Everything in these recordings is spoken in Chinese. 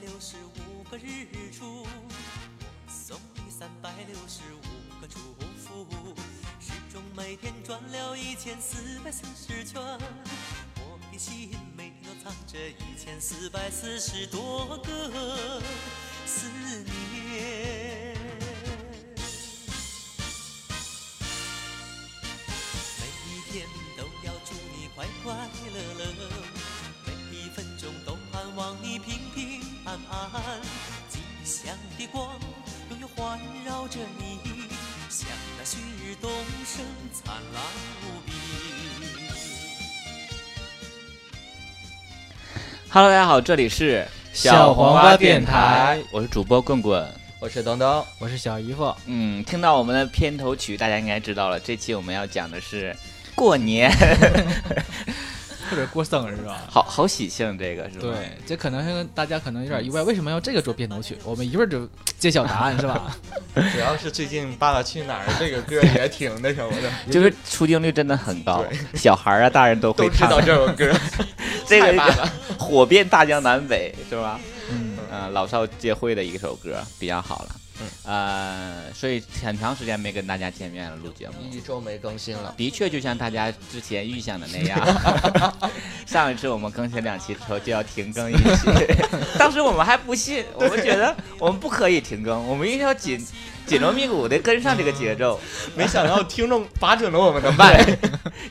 六十五个日出，送你三百六十五个祝福。时钟每天转了一千四百四十圈，我的心每天都藏着一千四百四十多个思念。每一天都要祝你快快乐乐，每一分钟都盼望你平平安安。吉祥的光永远环绕着你，像那旭日东升，灿烂无 比。 Hello，大家好，这里是小黄瓜电台，我是主播棍棍。我是等 等，我是小姨夫。嗯，听到我们的片头曲，大家应该知道了，这期我们要讲的是过 年，或者过生日是吧？好好喜庆，这个是吧？ 对，这可能是大家可能有点意外，为什么要这个做片头曲？我们一会儿就揭晓答案是 吧？主要是最近《爸爸去哪儿》这个歌也挺那什么 的，就是出镜率真的很高，小孩儿啊、大人都会都知唱 道这首歌。这个太棒了火遍大江南北，是吧？嗯，嗯，老少皆会的一首歌，比较好了。嗯，呃，所以很长时间没跟大家见面了，录节目。 一周没更新了，的确，就像大家之前预想的那样，上一次我们更新两期之后就要停更一期，当时我们还不信，我们觉得我们不可以停更，我们一定要紧紧锣密鼓的跟上这个节奏，没想到听众把准了我们的 脉。慢，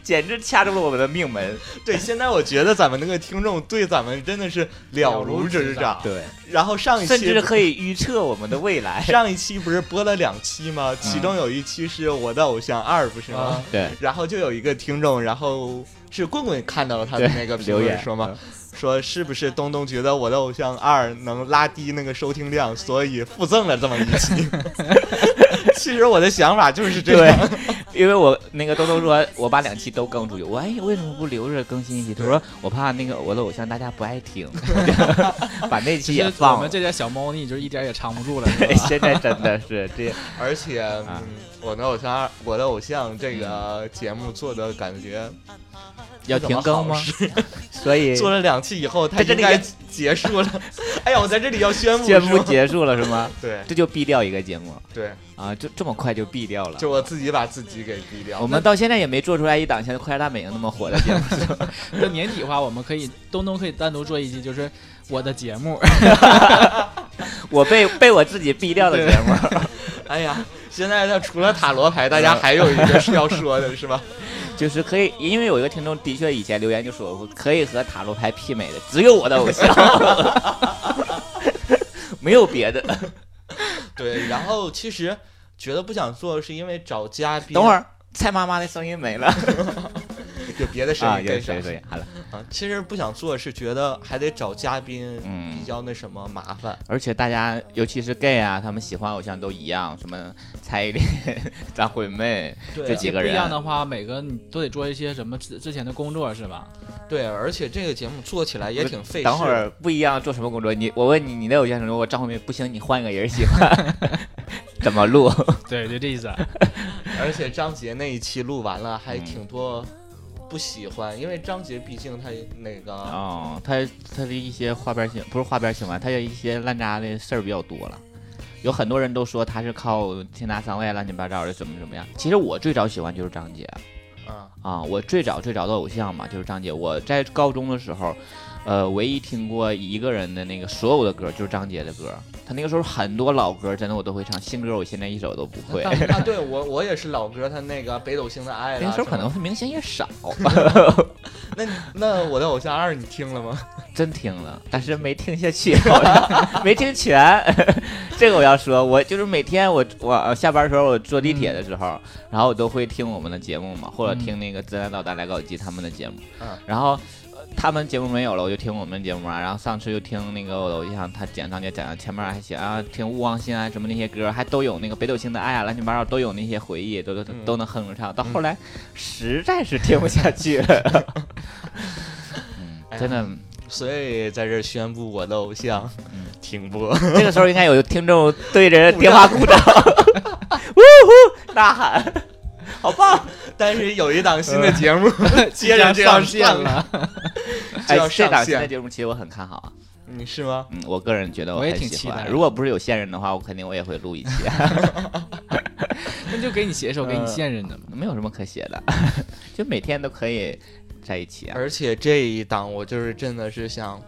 简直掐住了我们的命门。对，现在我觉得咱们那个听众对咱们真的是了如指掌。对，然后上一甚至期。可以预测我们的未来。上一期不是播了两期吗？其中有一期是我的偶像二，不是吗？啊对，然后就有一个听众，然后是棍棍看到了他的对那个评留论言嗯说嘛，说是不是东东觉得我的偶像二能拉低那个收听量，所以附赠了这么一期。 其实我的想法就是这样， 因为我那个东东说，我把两期都更出去，我哎为什么不留着更新一期？他说我怕那个我的偶像大家不爱听，把那期其也实放我了。们这点小猫腻就一点也藏不住了，是对，吧？现在真的是这，而且、啊嗯我的偶像二，我的偶像这个节目做的感觉 要停更吗不怎么好使所以做了两期以后，它在这应里该也结束了。 哎呀，我在这里要宣布，宣布是吗结束了是吗？对 这就毙掉一个节目对，啊，就这么快就毙掉了。就我自己把自己给毙掉。我们到现在也没做出来一档像《快乐大本营》那么火的节目，就年底的话，我们可以东东可以单独做一期，就是我的节目， 我被被我自己毙掉的节目， 哎呀，现在它除了塔罗牌，大家还有一个是要说的， 是吧？就是可以，因为有一个听众的确以前留言就说过，可以和塔罗牌媲美的只有我的偶像，没有别的。对，然后其实觉得不想做，是因为找嘉宾。等会儿。蔡妈妈的声音没了有别的声啊！音有跟谁上谁好了，啊？其实不想做，是觉得还得找嘉宾，嗯比较那什么麻烦。而且大家尤其是 gay 啊，他们喜欢偶像都一样，什么蔡依林、 张惠妹，这对几个人不一样的话，每个你都得做一些什么之之前的工作是吧？对，而且这个节目做起来也挺费事。等会儿不一样，做什么工作？你我问你，你的偶像什么？我张惠妹不行，你换个人喜欢， 怎么录？对，就这意思。啊而且张杰那一期录完了，还嗯挺多不喜欢，因为张杰毕竟他那个、哦，他他的一些花边新不是花边新闻，他有一些烂渣的事儿比较多了。有很多人都说他是靠天大三外乱七八糟的怎么怎么样。其实我最早喜欢就是张杰啊，啊，我最早最早的偶像嘛就是张杰。我在高中的时候，呃，唯一听过一个人的那个所有的歌就是张杰的歌。他那个时候很多老歌真的我都会唱，新歌我现在一首都不会。啊，对 我我也是老哥，他那个北斗星的爱啦那时候哎可能什会明星也少，么那那我的偶像二你听了吗？真听了，但是没听下去， 好 像没听全。 这个我要说，我就是每天我我呃下班的时候，我坐地铁的时嗯候，然后我都会听我们的节目嘛，或者听那个自然导弹来搞基他们的节目，嗯然后。呃他们节目没有了，我就听我们节目啊。然后上次又听那个我的偶像，他简单点讲，前面还写啊，听勿忘心啊什么那些歌，还都有那个北斗星的爱啊，乱七八糟都有那些回忆，都都嗯都能哼着唱。到后来实在是听不下去 了，嗯， 哎真的。所以在这儿宣布我的偶像嗯停播。这个时候应该有听众对着电话鼓掌，呜呼呐喊，好棒！但是有一档新的节目接 即 着将这样上线呃上了， 就哎要，这上档新的线，节目其实我很看好啊，你是吗？嗯，我个人觉得我也很挺喜期待欢。的如果不是有线人的话，我肯定我也会录一期，啊那就给你写手，嗯给你现任的嘛。没有什么可写的， 就每天都可以在一起啊。而且这一档我就是真的是想，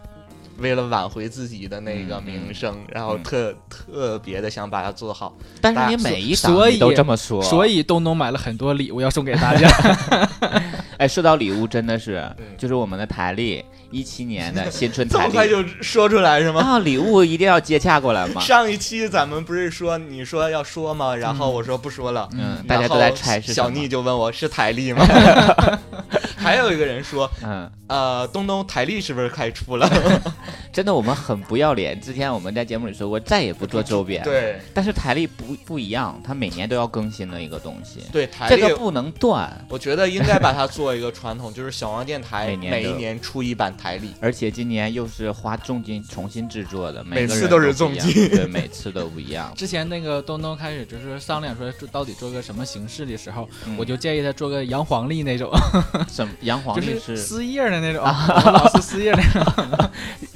为了挽回自己的那个名声，然后特、特别的想把它做好。但是你每一档所以你都这么说，所以东东买了很多礼物要送给大家，哎，说到礼物真的是嗯，就是我们的台历，一七年的新春这台么快历就说出来是吗？啊，礼物一定要接洽过来嘛。上一期咱们不是说你说要说吗？然后我说不说了，嗯，然大后家都在猜是什小么妮，就问我是台历吗？ 还有一个人说，嗯，呃，东东台历是不是开出了？真的我们很不要脸。之前我们在节目里说过，再也不做周边。， 对但是台历不不一样，它每年都要更新的一个东西，对，台这历。个不能断。我觉得应该把它做一个传统，就是小王电台每年都每一年出一版台历。而且今年又是花重金重新制作的，每每个次人都都是不一重样金对，每次都不一 样。之前那个东东开始就是商量说到底做个什么形式的时候，嗯我就建议他做个洋黄历那种，什么杨黄就历是是撕页儿的 那种，老是撕页 儿那种。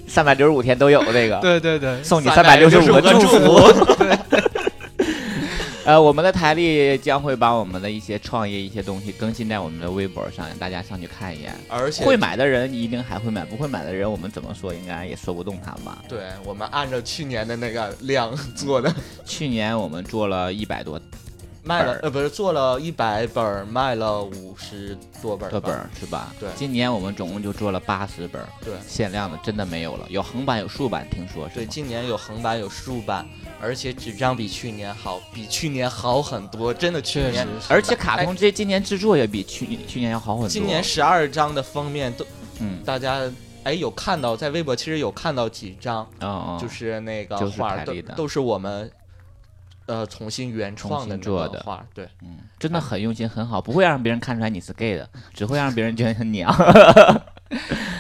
三百六十五天都有这个，对对对，送你三百六十365五个个祝祝福。 福，呃，我们的台历将会把我们的一些创业一些东西更新在我们的微博上，大家上去看一眼。而且会买的人一定还会买，不会买的人我们怎么说应该也说不动他吧。对我们按照去年的那个量嗯做的，去年我们做了一百多卖本了儿 呃不是做了一百本儿，卖了五十多本儿吧，多本儿是吧？对今年我们总共就做了八十本儿，对限量的真的没有了，有横版有竖版，听说是对，吗？今年有横版有竖版，而且纸张比去年好，比去年好很多，真的去确年哎实，而且卡通这今年制作也比去去年要好很多。今年十二张的封面都嗯，大家哎有看到，在微博其实有看到几张，哦哦，就是那个就是画凯儿都莉的都是我们呃重新原重创的新那做个的画儿，对，嗯，真的很用心，很好，不会让别人看出来你是 gay 的，只会让别人觉得啊很娘。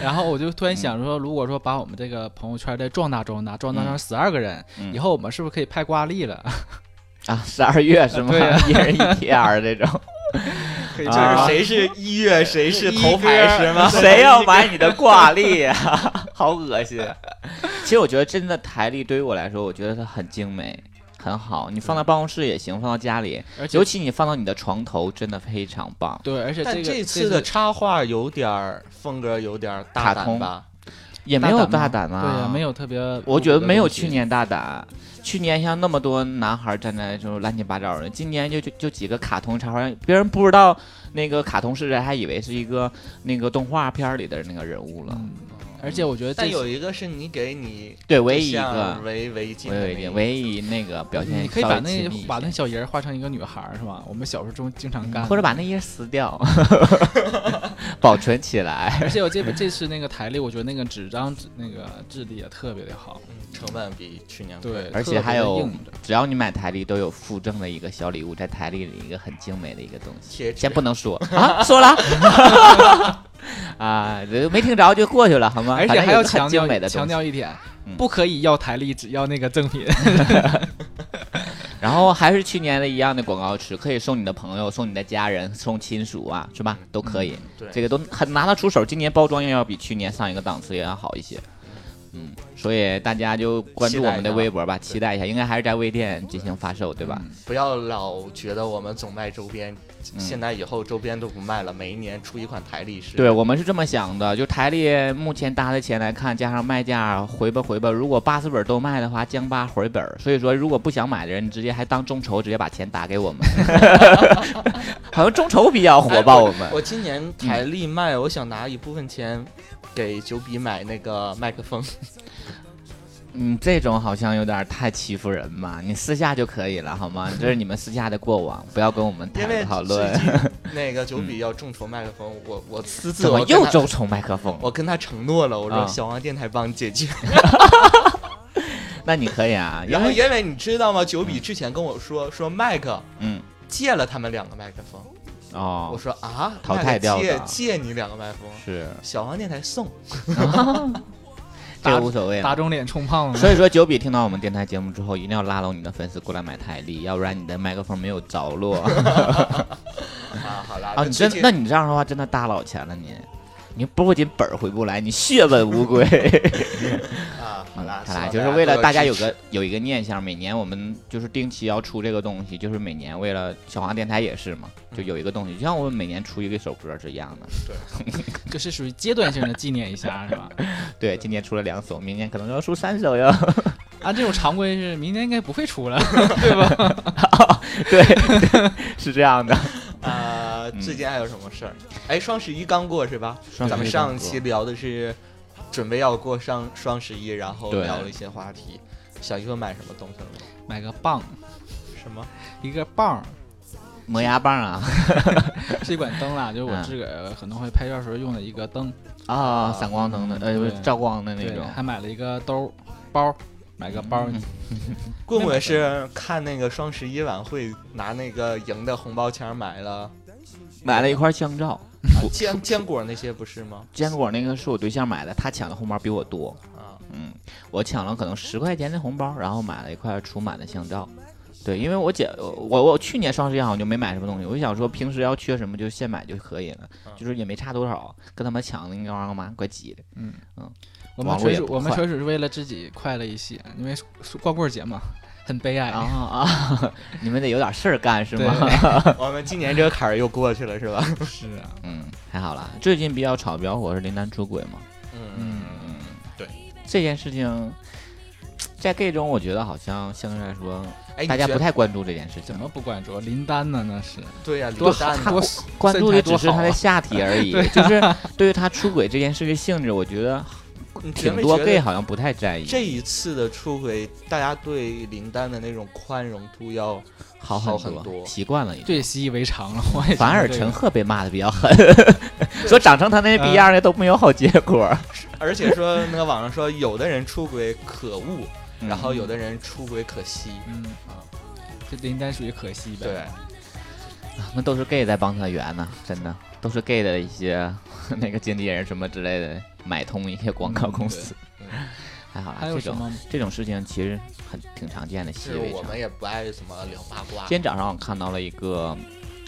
然后我就突然想说，如果说把我们这个朋友圈再壮大壮大，壮大成十二个人，嗯以后我们是不是可以拍挂历了？啊，十二月是吗？对啊呀一人一贴儿这种， 可以啊这就样是吗谁是一月谁是一头牌哥是吗？谁要买你的挂历啊？ 好恶心。 其实我觉得真的台历对于我来说，我觉得它很精美，很好。你放到办公室也行，放到家里，而且尤其你放到你的床头，真的非常棒。对，而且但个这这次的插画有点儿风格，有点儿大卡胆通吧？也没有大大胆啊，对呀，没。有特别，我觉得没有去。年大胆。去年像那么多男孩站在就是乱七八糟的，今年就就就几个卡通插画，别人不知道那个卡通是谁，还以为是一个那个动画片里的那个人物了。嗯，而且我觉得这但次有一个是你给你对，唯一一像个，围围巾的那唯一一个，唯一那个表现，嗯你可以把那把那小人儿画成一个女孩儿是吧？我们小时候中经常干，或者把那页撕掉， 保存起来。 而且我这这次那个台历，我觉得那个纸张质那个质地也特别的好，嗯成本比去年贵。对，而且特别地还有硬着只要你买台历，都有附赠的一个小礼物，在台历里一个很精美的一个东西。贴纸先不能说啊，说了 啊，没听着就过去了好吗？而啊反且正还有要个很强精调美的强东西。调一点嗯，不可以要台历，只要那个赠品。然后还是去年的一样的广告词，可以送你的朋友、送你的家人、送亲属啊，是嗯吧？都可以。对这个都很拿得出手。今年包装又要比去年上一个档次也要好一些。嗯，所以大家就关注我们的微博吧，期待一下，应该还是在微店进行发售，对吧？不要老觉得我们总卖周边，现在以后周边都不卖了，每一年出一款台历是。嗯对，我们是这么想的，就台历目前搭的钱来看，加上卖价回吧回吧，如果八十本都卖的话，将八回本儿。所以说，如果不想买的人，你直接还当众筹，直接把钱打给我们。 好像众筹比较火哎吧，我们。嗯我今年台历卖，我想拿一部分钱给九比买那个麦克风。嗯，这种好像有点太欺负人吧？你私下就可以了，好吗？这是你们私下的过往，不要跟我们因为谈讨最论。 近那个九比要众筹麦克风，我我私自嗯怎么我跟又他周重麦克风？ 我跟他承诺了，我说啊小王电台帮你解决。那你可以 啊，因然后为因为你知道吗？九比之前跟我说说麦克嗯借了他们两个麦克风，我哦说啊，淘汰麦克掉的借借你两个麦克风，是，小王电台送。这无所谓了。 打肿脸充胖子。啊所以说，九比听到我们电台节目之后，一定要拉拢你的粉丝过来买台历，要不然你的麦克风没有着落 啊，好啦，啊！你最真近，那你这样的话，真的大 老钱了你。你不仅本儿回不来，你血本无归。啊，啊，好啦，好希啦，望嗯就是为了多大家有支持个有一个念想，每年我们就是定期要出这个东西，就是每年为了小黄电台也是嘛，就有一个东西，就像我们每年出一个首歌是一样的。这是属于阶段性的纪念一下，是吧？对，今年出了两首，明年可能要出三首哟。 按啊这种常规是明年应该不会出了，对， 是这样的。啊，嗯最近还有什么事儿？哎，双十一刚过是吧？双十一咱们刚上过期聊的是准备要过上双十一，然后对聊了一些话题。小姨夫买什么东西了吗？买个棒，什么？一个棒磨牙棒啊是一管灯啦，就嗯是我自个儿可能会拍照时候用的一个灯。啊，闪光灯的，呃对，照光的那对，啊种。嗯还买了一个兜包，买个包。嗯棍棍是看那个双十一晚会拿那个赢的红包钱买了买了一块香皂，啊 坚坚果那些不是吗？坚果那个是我对象买的，他抢的红包比我多。啊， 嗯，我抢了可能十块钱的红包，然后买了一块除螨的香皂。对，因为我姐，我我去年双十一好像就没买什么东西，我就想说平时要缺什么就现买就可以了，嗯就是也没差多少，跟他们抢那个玩意儿嘛，怪急的。嗯我嗯网络们纯也属不我们快纯属是为了自己快乐一些，因为光棍节嘛，很悲哦哀。啊啊！ 你们得有点事儿干是对，吗？我们今年这个坎儿又过去了是吧？是啊，嗯，还好啦。最近比较炒、比较火是林丹出轨嘛，嗯，嗯，这件事情，在 gay 中我觉得好像相对来说哎，大家你不觉得太关注这件事情怎，么不关注林丹呢？那是对呀、多李诞好多关注的只是身材多他好的啊下体而 已。就是对于他出轨这件事的性质，我觉得你觉挺没多觉得 gay 好像不太在意。这一次的出轨，大家对林丹的那种宽容 度要好好很很多习惯了已经。最习以为常了。 我也反而觉得这陈个赫被骂的比较狠， 说长成他那嗯逼样的都没有好结果。而且说那个网上说，有的人出轨可恶，嗯 然后有的人出轨可惜。嗯啊，这林丹属于可惜呗。对，啊那都是 gay 在帮他圆呢，真的都是 gay 的一些 那个经纪人什么之类的买通一些广告公司。嗯对 还好啦，啊还有这什种 么？这种事情其实很挺常见的，习是以为我常。们也不爱什么聊八卦今。天早上我看到了一个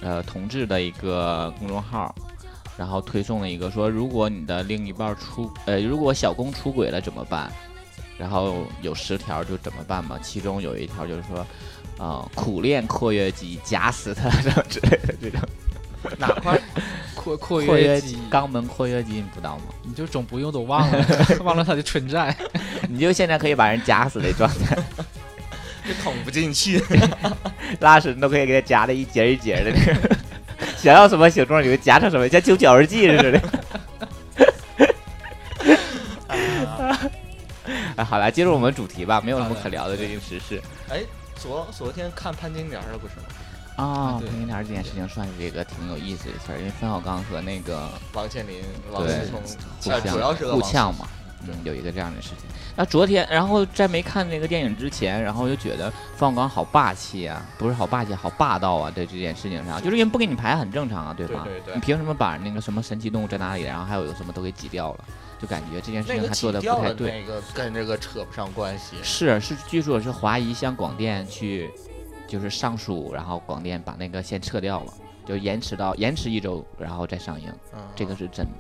呃同志的一个公众号，然后推送了一个说，如果你的另一半出呃，如果小公出轨了怎么办？然后有十条就怎么办吧，其中有一条就是说，呃，苦练括约肌，夹死他什么之类的这种哪 块儿？括括括约约肌肌，肛门括约肌，你不知道吗？ 你就总不用都忘了，忘了它的存在。你就现在可以把人夹死的状态，这捅不进去。拉屎你都可以给他夹的一节一节的那种， 想要什么形状你就夹成什么，像揪绞肉剂似的。 啊啊，好了，进入我们主题吧，没有什么可聊的最近时事哎，昨昨天看潘金莲了不是吗？啊。对潘金莲这件事情算是一个挺有意思的事儿，因为冯小刚和那个王健林、王对思聪，互啊主要呛是个互王思聪。呛嘛，嗯，有一个这样的事情。那昨天，然后在没看那个电影之前，然后就觉得冯小刚好霸气啊，不是好霸气，好霸道啊，在这件事情上，就是人不给你排很正常啊，对对吧？对对你凭什么把那个什么神奇动物在哪里，然后还有什么都给挤掉了？就感觉这件事那情个他做挤的掉不太了，对。那个跟这个扯不上关系。是是，据说是华谊向广电去，就是上诉，然后广电把那个先撤掉了，就延迟到延迟一周，然后再上映，嗯这个是真的。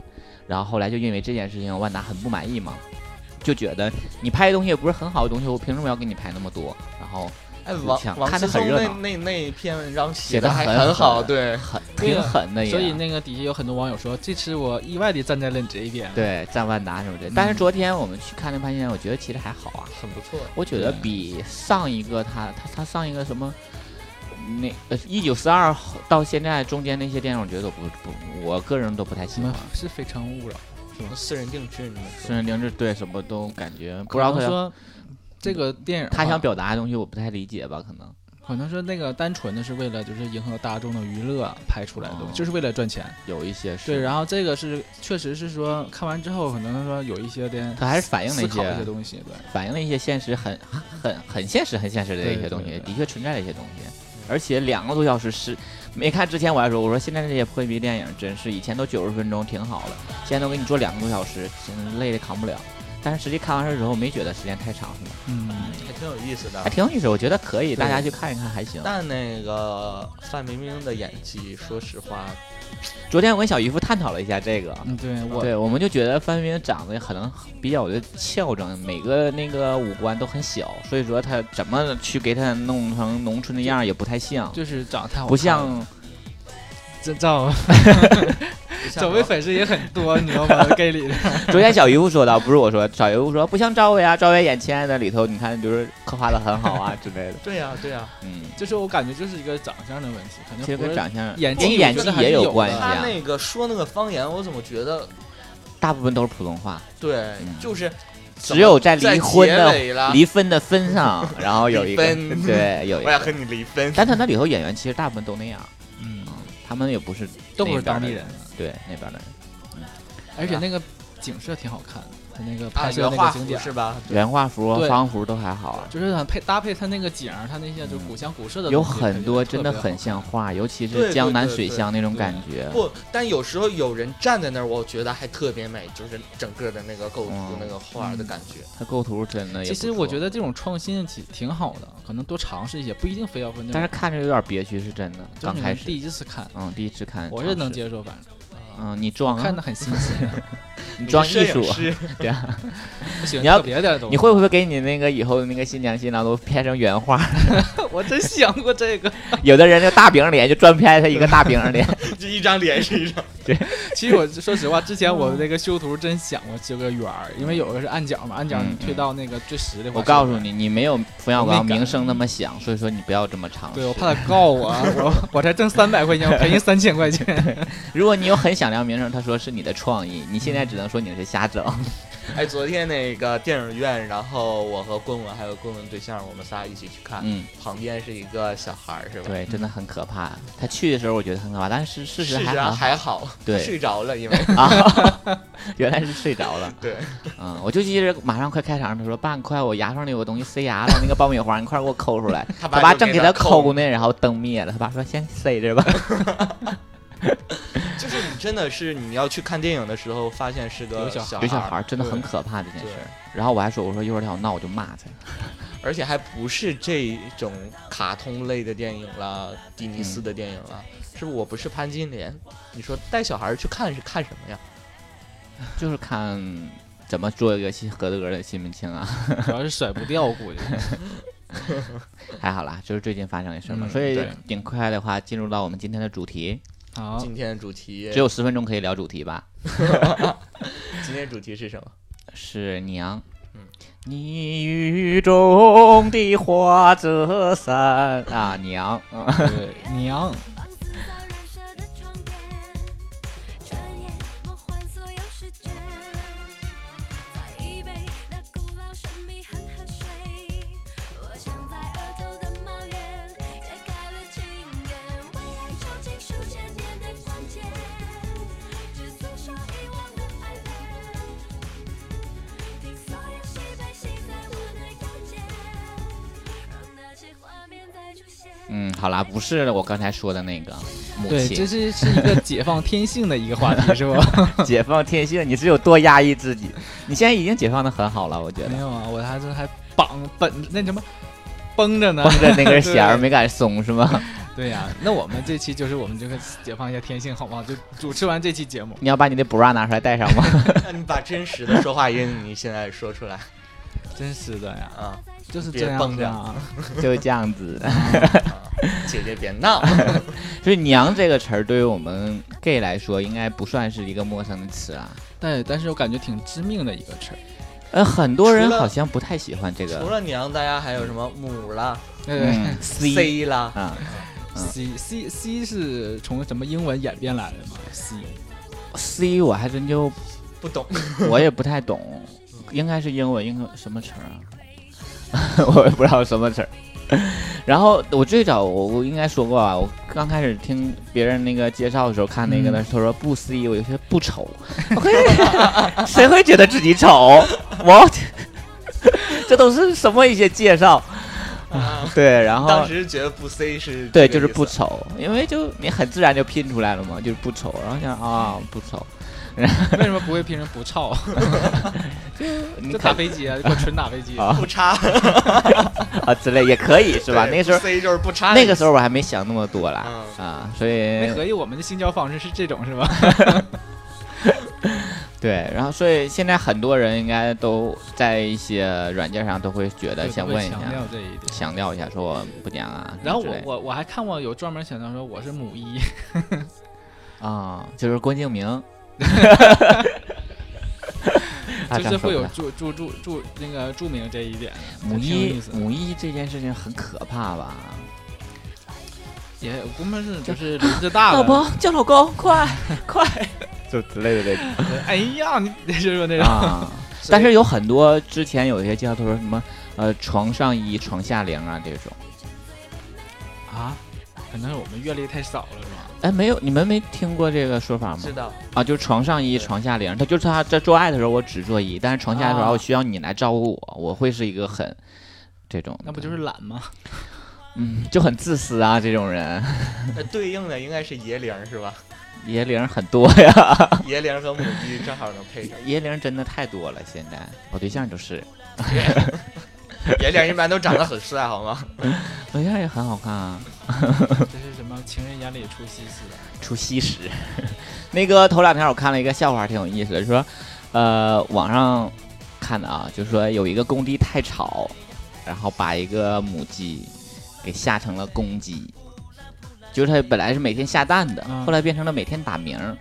然后后来就因为这件事情，万达很不满意嘛，就觉得你拍的东西也不是很好的东西，我凭什么要给你拍那么多？然后哎，互王呛王看思得很聪热那闹那那篇文章写写得的还很很好，狠对，很对挺啊狠的也，所以那个底下有很多网友说，这次我意外的站在了你这一边。对站万达什么的。但是昨天我们去看那潘金莲，我觉得其实还好啊，很不错。我觉得对比上一个他他他上一个什么，那呃一九四二到现在中间那些电影，我觉得都不不，我个人都不太喜什欢么。是非诚勿扰？私人定制，你们私说人定制对什么都感觉不知道可他能要说啊这个电影，啊他想，表达的东西我不太理解吧，可能可能说那个单纯的是为了就是迎合大众的娱乐拍出来的东哦西，就是为了赚钱。有一些是对，然后这个是确实是说看完之后，可能说有一些点他还是反映了思一考一些些东西。对，反映了一些现实很很很现实很现实的对一些东西，对对的确存在的一些东西。而且两个多小时是没看之前我还说，我说现在这些破逼电影真是以前都九十分钟挺好了，现在都给你做两个多小时，真累的扛不了。但是实际看完事之后，没觉得时间太长，是吗？嗯，还挺有意思的还。挺有意思，我觉得可以，对大家去看一看还行。但那个范冰冰的演技，说实话，昨天我跟小姨夫探讨了一下这个，嗯，对我对，我们就觉得范冰冰长得可能比较的俏正，每个那个五官都很小，所以说她怎么去给她弄成农村的样儿也不太像，就是长得太好看了，不像这 赵不像赵薇粉丝也很多，你知道 吗？gay 里的， 昨天小姨夫说的，不是我说，小姨夫说不像赵薇啊，赵薇演《亲爱的》里头，你看就是刻画的很好啊之类的，对呀、对呀、 嗯，就是我感觉就是一个长相的问题，可其实能不跟是长相、演跟技演我觉技得还也是有有关系的他啊，那个说那个方言，我怎么觉得大部分都是普通话，对嗯，就是只怎么有在在离婚结的尾了，离婚的分上，然后有一个离 婚对有一我要个，和你离婚。但他那里头演员其实大部分都那样，嗯，他们也不是都不那是边当地的人，，对那边的人，而且那个景色挺好看的，他那个啊，拍摄原那画个景幅点。是吧？原画幅、对方幅都还好啊。就是很配搭配他那个景儿，他那些就是古香古色的东嗯西，有很多真的特很别好看像画，尤其对是对江南对水对乡那种对感觉。不，但有时候有人站在那儿，我觉得还特别美，就是整个的那个构图、嗯那个画儿的感觉。他构图真的也其不实我觉错，得这种创新挺挺好的，可能多尝试一些，不一定非要分。但是看着有点憋屈，是真的。就是刚你开们第始，一次看，嗯，第一次看我尝是能试。接受，反正嗯，你装啊看的很新鲜。你嗯装摄艺术影，师，对啊。不行，你要特别点东西。 你会不会给你那个以后那个新娘新郎都拍成原画？ 我真想过这个。有的人那个大饼脸就专拍他一个大饼脸，这一张脸是一张。 其实我说实话，之前嗯我那个修图真想过修个圆儿，因为有个是按角嘛，按角嗯你推到那个最实的 话。我告是诉吧。你，你没有冯小我没刚敢名声那么响，所以说你不要这么尝试。对，我怕他告我，啊我我才挣三百块钱，我赔人三千 块钱。如果你有很响亮名声，他说是你的创意，你现在只能说你是瞎整。 哎，昨天那个电影院，然后我和棍棍还有棍棍对象，我们仨一起去看， 嗯，旁边是一个小孩儿，是吧？对，真的很可怕。他去的时候我觉得很可怕，但是事事实实还上好啊还好，对睡着了，因为啊， 原来是睡着了。对，嗯，我就记着马上快开场，他说：“爸，你快，我牙缝里有个东西塞牙了，那个爆米花，你快给我抠出来。”他他爸爸就正给给他抠抠呢，然后灯灭了。他爸说：“先塞着啊吧。就是你真的是你要去看电影的时候，发现是个有小孩”有小小孩儿真的很可怕这件对，事对儿。然后我还说：“我说一会儿他要闹，我就骂他。而且还不是这种卡通类的电影啦，迪尼斯的电影啦，嗯是不是？我不是潘金莲，你说带小孩儿去看是看什么呀？”就是看怎么做一个新合格的新门庆啊。 主要是甩不掉，估计。还好啦，就是最近发生的事儿嘛。嗯所以对顶快的话，进入到我们今天的主题，好，今天的主题，啊只有十分钟可以聊主题吧？今天的主题是什么？ 是娘嗯。你雨中的花折伞啊，娘，啊对，娘，放肆到燃烧的窗边，转眼梦幻所有时间。再一杯那古老神秘恒河水，我想在额头的冒烟，解开了情缘，为爱抽尽数千年的光剑，只诉说遗忘的爱恋。听所有喜悲喜在我的腰间，让那些画面再出现。嗯，好啦，不是我刚才说的那个母对，亲，这是是一个解放天性的一个话题，是吧？ 解放天性，你只有多压抑自己，你现在已经解放的很好了，我觉 没得。有啊，我还是还绑本那什么绷着呢绷。着那根弦儿没敢松是吗？对呀、那我们这期就是我们这个解放一下天性，好不好？就主持完这期节目， 你要把你的 bra 拿出来戴上 吗？那你把真实的说话音你现在说出来真是的呀，啊！就是别这样绷子着啊。就这样子。姐姐别闹，所以“娘”这个词儿对于我们 gay 来说，应该不算是一个陌生的词啊。对，但是我感觉挺致命的一个词儿，呃，很多人除了好像不太喜欢这 除个，了娘，大家还有什么母啦、对对嗯，C C 啦？啊 嗯 c C C 是从什么英文演变来的嘛？C ，C 我还真就 不懂，我也不太懂，应该是英文，应该什么词儿啊？ 我也不知道什么词儿。然后我最早我我应该说过啊，我刚开始听别人那个介绍的时候看那个的，嗯他说不 C，我有些不 丑，谁会觉得自己丑？我 这都是什么一些介绍？对，然后啊当时觉得不 C 是啊对，这就个是意不思丑，因为就你很自然就拼出来了嘛，就是不丑，然后想啊不丑， 为什么不会拼成不操？ 你就打看飞机啊，就给我纯打飞 机啊不差 啊之类也可以是吧？那个时候 C 就是不差，那个时候我还没想那么多啦嗯啊，所以嗯那合计我们的性交方式是这种是吧？对，然后所以现在很多人应该都在一些软件上都会觉得就想特别问一下强，调这一点。强调一下说我不娘啊。然后之我类的我我还看过有专门强调说我是母一，啊，就是郭敬 明，啊这就是样说会有不太注注注注那个注明这一点，母挺有一意思的母一这件事情很可怕吧？也我估摸是就是轮子大了。叫老公，快快，就之类的这种。哎呀，你 别说那种， 啊。但是有很多之前有一些介绍，他说什么呃床上一床下零啊这种，啊，可能是我们阅历太少了是吧？哎没有你们没听过这个说法吗知？道啊，就是床上一床下零，他就是他在做爱的时候我只做一，但是床下的时啊候我需要你来照顾我，我会是一个很这种的，那不就是懒吗？ 嗯就很自私啊这种人，那呃对应的应该是爷灵是 吧？爷零很多呀， 爷灵和母鸡正好能配上，爷零真的太多了，现在我对象就是，嗯爷灵一般都长得很帅好吗？嗯我对象也很好看啊。这是什么？情人眼里出西施。啊 出西施。那个头两天我看了一个笑话，挺有意思的，说，呃，网上看的啊，就说有一个公鸡太吵，然后把一个母鸡给吓成了公鸡，就是它本来是每天下蛋的，嗯后来变成了每天打鸣儿。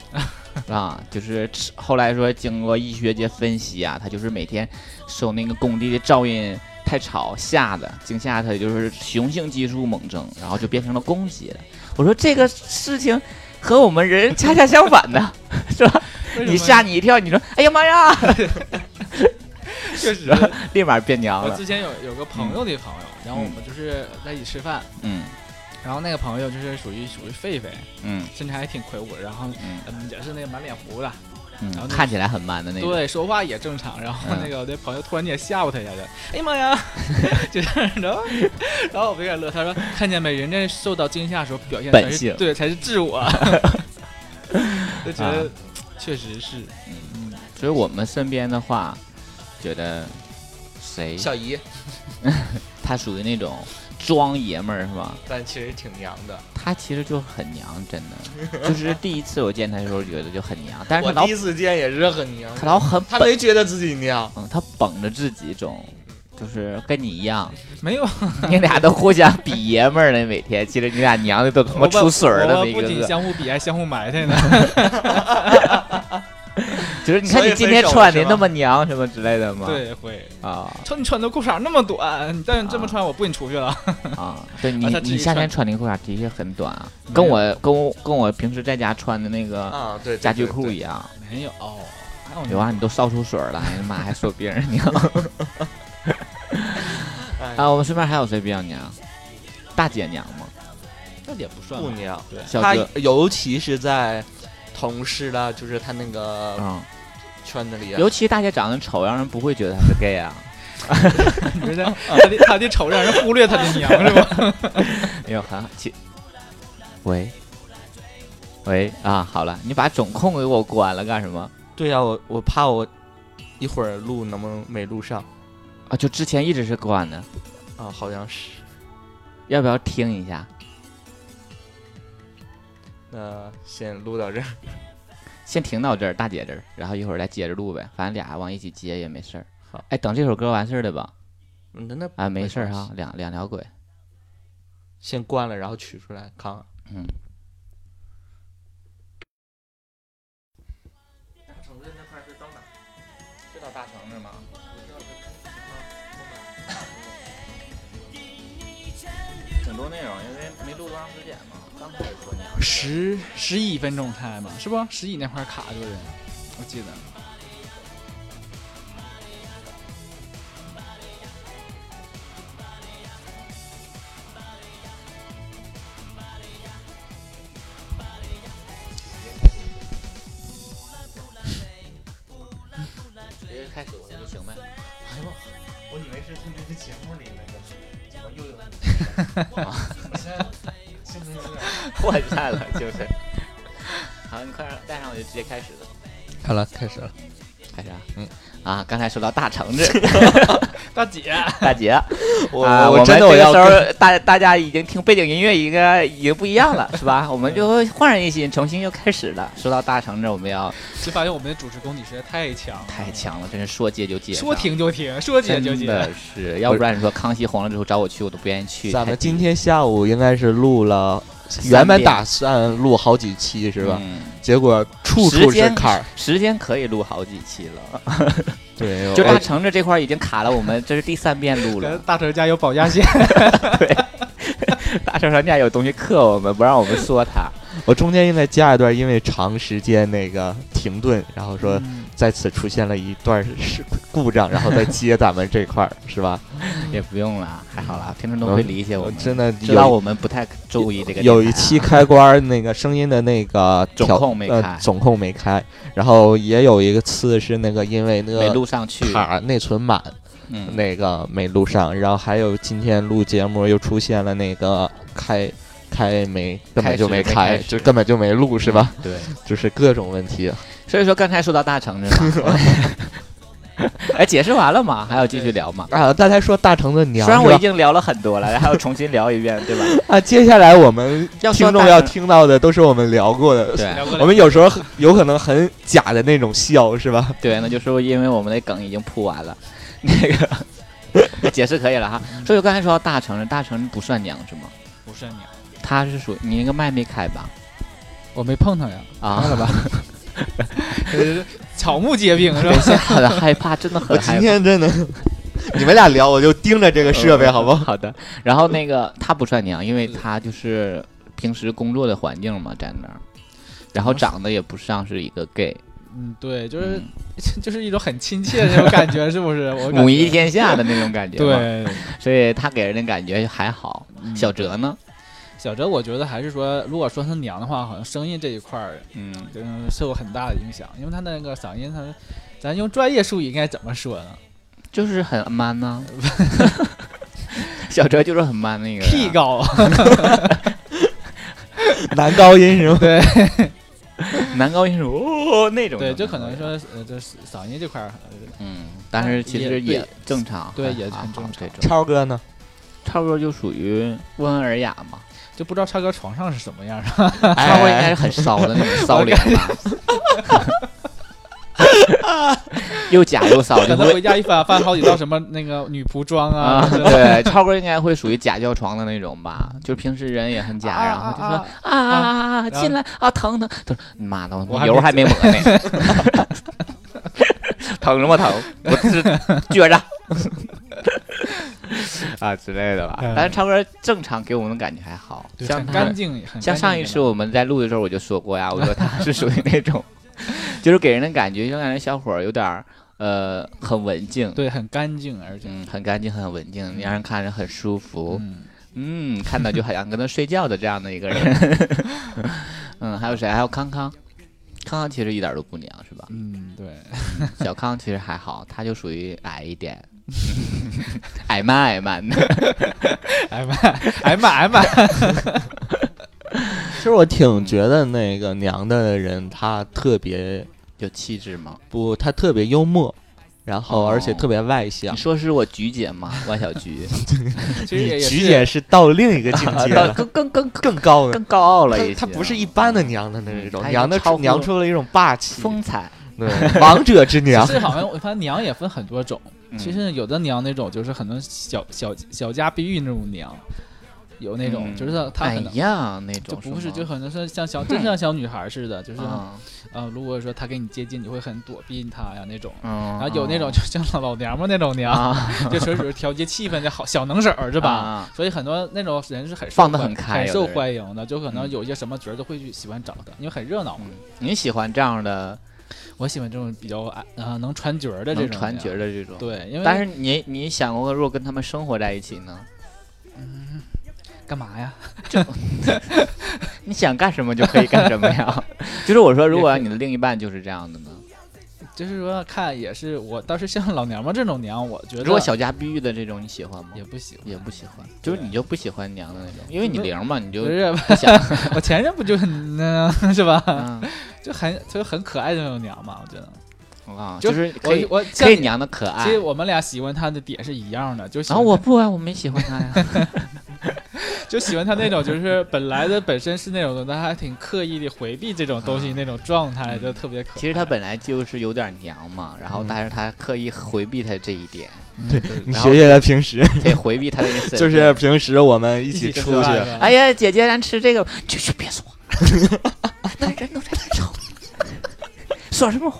啊，就是吃后来说经过医学界分析啊，它就是每天受那个公鸡的噪音太吵吓的惊吓，它就是雄性激素猛增，然后就变成了公鸡了。我说这个事情和我们人恰恰相反的，是吧？你吓你一跳，你说哎呀妈呀，确实。立马变娘我了。之前有有个朋友的朋友，然后我们就是在一起吃饭，嗯然后那个朋友就是属于属于狒狒，嗯身材还挺魁梧，然后嗯嗯也是那个满脸胡子，然后嗯，那看起来很 man 的那种。对，说话也正常。然后嗯那个我那朋友突然间吓唬他一下，就哎呀妈呀， 就这样，然后然后我就给他乐，他说看见没，人家受到惊吓的时候表现本才是性对，才是 自我，就觉啊得。确实是，所以我们身边的话，觉得谁小姨，他属于那种装爷们儿是吧？但其实挺娘的。他其实就很娘，真的。就是第一次我见他的时候觉得就很娘，但是我他老第一次见也是很娘，他老很他没觉得自己娘，嗯，他绷着自己总。就是跟你一样，没有你俩都互相比爷们儿呢，每天其实你俩娘的都他妈我们出水儿了，我每们个不仅个。相互比，还相互埋 汰呢。就是你看所以你今天分手穿的是吧那么娘什么之类的吗？对，会。啊瞅你穿的裤衩那么短，你但你这么啊穿，我不跟你出去了。啊，对你啊他自己你夏天穿穿的裤衩的确很短啊，没跟有我跟我跟我平时在家穿的那个啊，对，对嗯家居对裤对一样。没 有，还有有啊，你都烧出水儿了，哎呀妈，还说别人娘哎啊？我们身边还有谁比较娘？大姐娘吗？那也不算不吧。娘。小他哥尤其是在同事啦，就是他那个啊，圈子里啊，尤其大姐长得丑，让人不会觉得她是 gay 啊。你说 他他的他的丑让人忽略 他的娘是吧？没有，很好。其喂喂啊，好了，你把总控给我关了干什么？对呀、我我怕我一会儿录能不能没录上啊，就之前一直是关的，啊？好像是。要不要听一下？那先录到这儿，先停到这儿，大姐这儿，然后一会儿再接着录呗，反正俩往一起接也没事儿。好，哎，等这首歌完事儿了吧？嗯那那啊，没事儿没哈关，两两条轨。先关了，然后取出来看看。嗯，城镇那块是到哪？就到大城那吗？挺多内容，因为没录多长时间嘛，刚开始说娘。十十一分钟开嘛，是不？十一那块卡住人，我记得。直接开始我就行呗。我以为是他那个节目里那个什么又 有，我现在现 在有点破绽了就是。好，你快让带上我就直接开始了。好了，开始了。开始啊，嗯啊，刚才说到大橙子大姐，大姐，我啊，我们真的这我个要时跟候大大家已经听背景音乐应该已经不一样了， 是吧？我们就焕然一新，重新又开始了。说到大橙子，我们要 就发现我们的主持功底实在太强了，太强了，真是说接就接，说停就停，说解真就解。的是，要不然你说康熙黄了之后找我去，我都不愿意去。咱们太今天下午应该是录了，三原本遍打算录好几期是吧？嗯结果处时处是间坎儿，时间可以录好几期哦了，对，就我大橙子这块儿已经卡了，我们这是第三遍录 了。大成家有保家仙，大橙人家有东西克我们，不让我们说他。我中间应该加一段，因为长时间那个停顿，然后嗯说在此出现了一段是故障，然后再接咱们这块儿 是吧？也不用了，还好啦，听众都会理解我们。嗯真的知道有我们不太注意这个、啊有一期，开关儿那个声音的那个总调控没开呃，总控没开，然后也有一个次是那个因为那没个录上去。卡内存满嗯，那个没录上，然后还有今天录节目又出现了那个开。开没根本就开始没开，开始就根本就没录是吧？嗯对。就是各种问题。所以说刚才说到大橙子 嘛，哎，解释完了吗？还要继续聊吗？啊，大家说大橙子娘虽然是我吧已经聊了很多了，然后重新聊一遍，对吧？ 啊，接下来我们要说听众大要成听到的都是我们聊过的，对我们有时候很有可能很假的那种笑，是吧？ 对，那就是因为我们的梗已经铺完了，那个解释可以了哈。所以我刚才说到大橙子，大橙子不算娘是吗？不是你，啊他是属你那个麦没开吧？我没碰他呀，啊，好吧，草木皆兵是我吧？现在很害怕，真的很我害今怕。天真的， 你们俩聊，我就盯着这个设备，好不好？好的，然后那个他不算娘，因为他就是平时工作的环境嘛，在那儿，然后长得也不像是一个 gay，嗯，对，就是嗯 就是一种很亲切的那种感觉，是不是？我感觉母仪天下的那种感觉，，对，所以他给人的感觉还好。嗯小哲呢？小哲，我觉得还是说，如果说他娘的话，好像声音这一块儿，嗯，嗯，受很大的影响，因为他那个嗓音，他，咱用专业术语应该怎么说呢就是很 man 呢、 小哲就是很 man 那个人啊？P 高，男高音是吗？对男高音是哦那种，对，就可能，说，呃，就是嗓音这块儿，呃嗯，但是其实也对也正常，对还也好很正常这种超哥呢？差不多就属于温文尔雅嘛。 就不知道超哥床上是什么样儿。哎超哥应该是很骚的那种骚脸吧， 又假又骚，可就能会回家一翻翻好几道什么那个女仆装啊啊，，就是对，超哥应该会属于假叫床的那种吧，就平时人也很 假，然后就说啊啊啊，进来啊，疼疼，他说你妈的，我我还油没还没抹呢，疼什么疼？我是撅着。啊之类的吧，但是超哥正常给我们的感觉还好，对像很他干净，很像干上净一的次我们在录的时候，我就说过呀，我说他是属于那种，就是给人的感觉，就感觉小伙儿有点儿呃很文静，对，很干净，而且嗯，很干净，很文静，让人看着很舒服，嗯，嗯，看到就好像跟他睡觉的这样的一个人。 嗯，还有谁？还有康康，康康其实一点儿都不娘是吧？嗯，对，小康其实还好，他就属于矮一点，矮慢矮慢的。哎妈，哎妈，哎妈，其实我挺觉得那个娘的人，他特别有气质吗？不，他特别幽默，然后哦而且特别外你向。说是我菊姐 吗？万小菊，其实也也菊是姐是到另一个境界 啊到了，更更更更更高的更，高傲了她一些。她不是一般的娘的那种嗯她，已娘的经超乎娘出了一种霸气，嗯风采。对， 王者之娘其。实好像我发现娘也分很多种，啊嗯其实有的娘那种就是很多小小小家碧玉那种娘，有那种、嗯就是她她哎可能。呀那种就不是，就吗可能是像 小，真像小女孩似的，就是啊呃，如果说她跟你接近，你会很躲避她呀那种。嗯，然后有那种嗯就像老娘们儿那种娘，啊， 就纯属是调节气氛的好小能手儿是吧？啊所以很多那种人是很受放得欢很开很有受的人欢迎的，就可能嗯有一些什么角儿都会去喜欢找他，因为很热闹嘛。嗯你喜欢这样的我喜欢这种比较啊、呃、能传角儿的嗯这能种传人角的这种？。对，因为但是你你想过，如果跟他们生活在一起呢？ 干嘛呀？ 你想干什么就可以干什么呀？ 就是我说，如果也可以你的另一半就是这样的呢？就是说看也是我，倒是像老娘们儿这种娘，我觉得如果小家碧玉的这种，你喜欢吗也？不喜欢。也不喜欢，就是对你就不喜欢娘的那种，因为你就是零嘛，你就不是，不想。我前任不就是那 是吧？ 嗯就很就很可爱的那种娘嘛，我觉得。我靠，就就是可以我我可像以你，娘的可爱其实。我们俩喜欢她的点是一样的，就哎喜然欢后我不啊，我没喜欢他呀。 就喜欢她那种就是本来的本身是那种的，但还挺刻意的回避这种东西那种状态，就特别可爱。其实他本来就是有点娘嘛，然嗯后但是他刻意回避他这一点，你学学他平时，得回避他的 insecurity 就是平时我们一起一起出去，饭哎呀，姐姐，咱吃这个吧，去去，别说，那人都在那吵，说什么？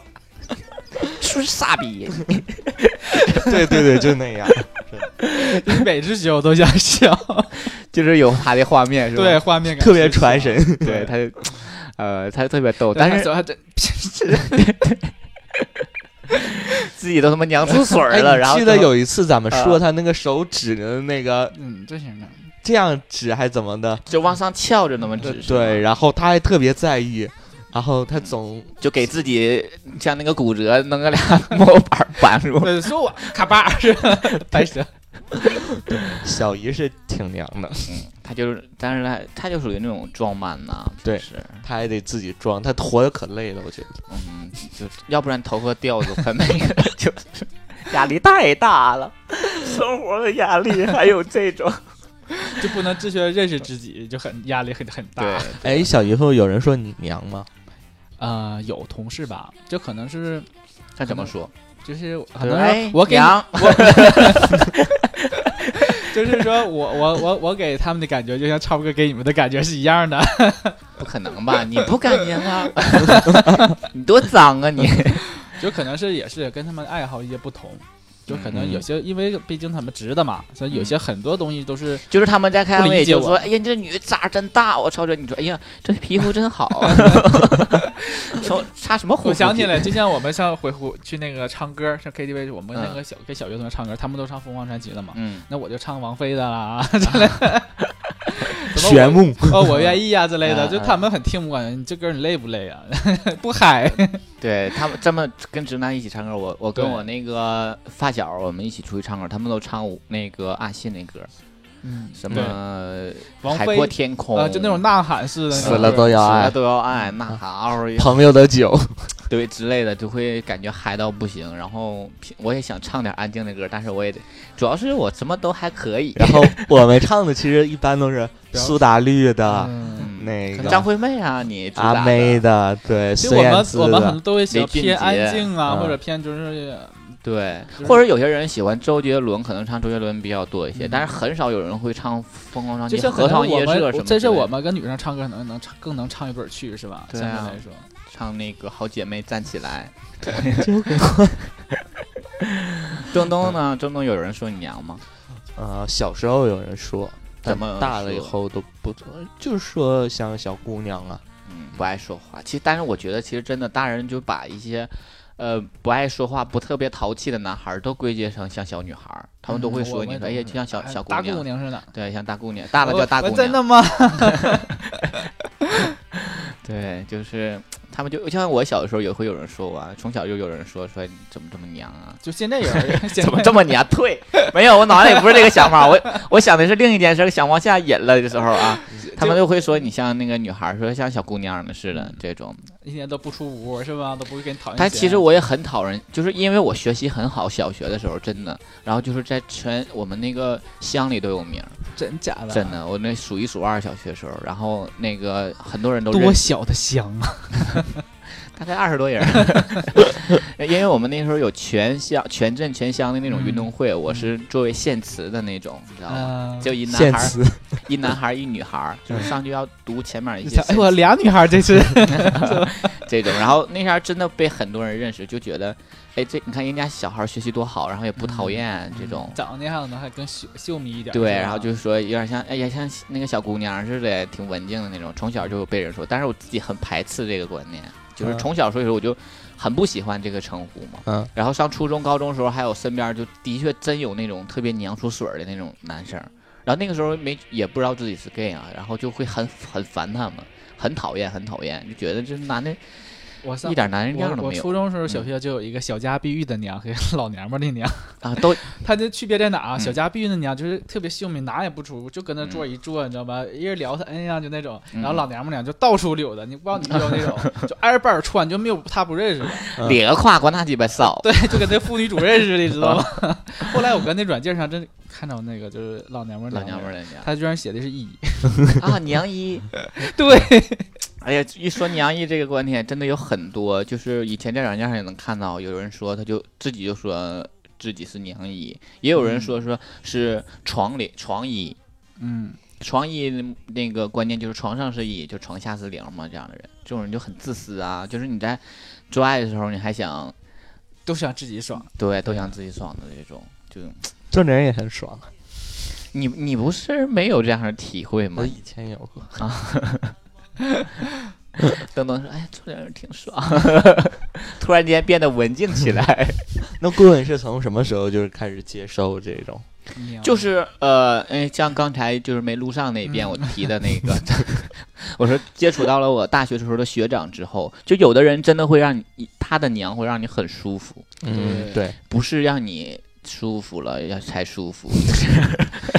说是傻逼，对对对，就那样。每只熊都想笑， 就是有他的画面是吧？对，画面感特别传神。对，他就，呃，他特别逗，对。但是他这自己都他妈娘出水儿哎，了，然后你记得有一次咱们说他那个手指的那个嗯，这行的，这样指还怎么的？就往上翘着那么直，是吗对，，然后他还特别在意，然后他总就给自己像那个骨折弄个俩 木板儿板住。对，说我卡巴是吧？白蛇，小姨是挺娘的，嗯他就是，但是他他就属于那种装满呐，对是，他还得自己装，他活得可累了，我觉得。嗯，就要不然头发掉都快没 了，就是压力太大了，生活的压力还有这种，就不能自觉认识自己，就很压力很很大。对，哎，小姨夫，有人说你娘吗？啊、有同事吧，就可能是看怎么说，就是可可能能说我给你娘，就是说我我我我给他们的感觉，就像超哥给你们的感觉是一样的。不可能吧？你不敢娘 啊？你多脏啊你！就可能是也是跟他们爱好一些不同，就可能嗯有些、因为毕竟他们直的嘛，所以有些很多东西都是就是他们在开不完理会解就我说：“哎呀，你这女的渣真大！”我操着你说：“哎呀，这皮肤真好。” 说擦什么护肤我品？想起来，就像我们上回回去那个唱歌，上 KTV，我们那个小、给小学同学唱歌，他们都唱凤凰传奇的嘛，嗯，那我就唱王菲的啦 之类的。什么我玄牧，哦，我愿意呀、之类 的，啊就他们很听我感觉，你这歌你累不累啊？ 不嗨，对他们这么跟直男一起唱歌，我我跟对我那个发小我们一起出去唱歌，他们都唱我那个阿信那歌，嗯，什对么王海菲啊阔天空啊，就那种呐喊似的那种死了歌都要死爱了都要爱，呐喊嗷 一朋友的酒，对之类的，就会感觉嗨到不行。然后平我也想唱点安静的歌，但是我也得，主要是我什么都还可以。然后我们唱的其实一般都是苏打绿的、嗯，嗯那个张惠妹啊，你主打阿的妹的，对，其孙实我燕们姿我们很多的，都会喜欢雷俊偏杰安静啊，嗯或者偏就是对就，是或者有些人喜欢周杰伦，可能唱周杰伦比较多一些，嗯但是很少有人会唱《疯狂传就奇》像《可啊合能唱我夜们，社》什么之类的。这是我们跟女生唱歌可能能唱更能唱一本儿去是吧？对相啊来说，唱那个《好姐妹站起 来》。 中东呢？中东有人说你娘吗？呃，小时候有人说，怎么大了以说后都不，就是说像小姑娘啊，嗯，不爱说话。其实，但是我觉得，其实真的大人就把一些，呃，不爱说话、不特别淘气的男孩儿都归结成像小女孩儿，他们都会嗯说我你我说，哎呀，就像小哎小姑大姑娘，娘似的，对，像大姑娘，大了叫大我姑我真的娘，吗？对，就是他们就像我小的时候也会有人说我、啊，从小就有人说说你怎么这么娘 啊，就现在有 人怎现么在这么娘？退，没有，我脑袋里不是这个想法，我我想的是另一件事，想往下引了的时候啊， 他们就会说你像那个女孩儿，说像小姑娘的似嗯的这种。一天都不出屋是吧？都不会跟你讨厌。但其实我也很讨人，就是因为我学习很好，小学的时候真的，然后就是在全我们那个乡里都有名儿，真假的，真的，我那数一数二小学时候，然后那个很多人都多认识，小的香啊！大概二十多人， 因为我们那时候有全乡、全镇、全乡的那种运动会，我是作为献词的那种，你知道吗？嗯就一男献孩儿，词，一男孩儿，一女孩儿，就是上去要读前面一你些瞧，哎，我俩女孩儿这次 这种，然后那下真的被很多人认识，就觉得，哎，这你看人家小孩儿学习多好，然后也不讨厌这种，长得还可能还更秀秀咪一点儿。对，嗯是啊吧然后就是说有点像，哎呀，像那个小姑娘似的，挺文静的那种，从小就被人说，但是我自己很排斥这个观念，就是嗯从小所以说我就很不喜欢这个称呼嘛。嗯。然后上初中、高中的时候，还有身边就的确真有那种特别娘出水儿的那种男生，然后那个时候没也不知道自己是 gay 啊，然后就会很很烦他们，很讨厌，很讨厌，就觉得这男的。我上一点男人样我都我没有嗯初中时候小学就有一个小家碧玉的娘和老娘们儿的娘，啊！都她的区别在哪啊？嗯小家碧玉的娘就是特别秀敏，哪也不出，就搁那坐一坐，你知道吧？一人聊她，嗯呀就那种。然后嗯老娘们儿俩就到处溜达，你不知道你溜那 种，就挨着板儿穿，就没有她不认识的。 咧个胯管他鸡巴扫，对，就跟那妇女主任似的，知道吗？ 后来我搁那软件上真看到那个就是老娘们儿，老娘们儿，的娘她居然写的 是一，啊，娘一。对，哎呀，一说娘一这个观点，真的有很多，就是以前在软件上也能看到，有人说他就自己就说自己是娘一，也有人说说是床里床一， 嗯，床一那个观念就是床上是一，就床下是零嘛，这样的人，这种人就很自私啊，就是你在做爱的时候，你还想都想自己爽，对都想自己爽的这种，就这人也很爽。啊你你不是没有这样的体会吗呃我？以前有过， 等等说，哎呀，做点人挺爽， 突然间变得文静起来。那棍棍是从什么时候就是开始接受这种？就是呃，哎，像刚才就是没录上那边我提的那个， 我说接触到了我大学时候的学长之后，就有的人真的会让你他的娘会让你很舒服，嗯，对，不是让你舒服了要才舒服，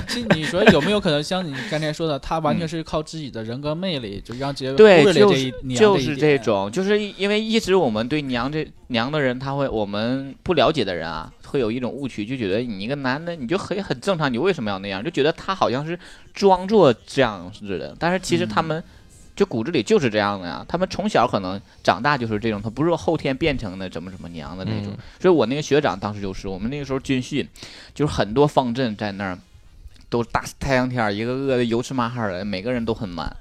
其实你说有没有可能像你刚才说的，她完全是靠自己的人格魅力，就让直接对忽略了就这是一娘就的一是这点，种，就是因为一直我们对娘这娘的人，他会我们不了解的人啊，会有一种误区，就觉得你一个男的你就可以很正常，你为什么要那样？就觉得他好像是装作这样似的，但是其实他嗯们、就骨子里就是这样的呀，他们从小可能长大就是这种，他不是后天变成的怎么怎么娘的那种。嗯所以我那个学长当时就是，我们那个时候军训，就是很多方阵在那儿，都大太阳天儿，一个个的油吃麻哈儿的，每个人都很满。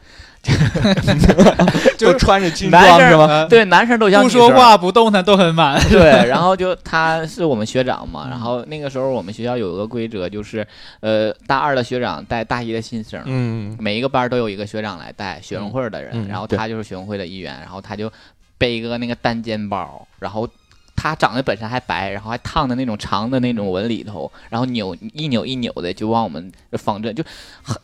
就穿着军男装生是吗？呃对，男生都像不女说 生话不动弹都很满，对，然后就他是我们学长嘛，然后那个时候我们学校有一个规则，就是呃大二的学长带大一的新生。嗯，每一个班儿都有一个学长来带学生会儿的人，嗯嗯然后对他就是学生会的一员，然后他就背一个那个单肩包，然后他长得本身还白，然后还烫的那种长的那种纹理头，然后扭一扭一扭的就往我们这方阵就很，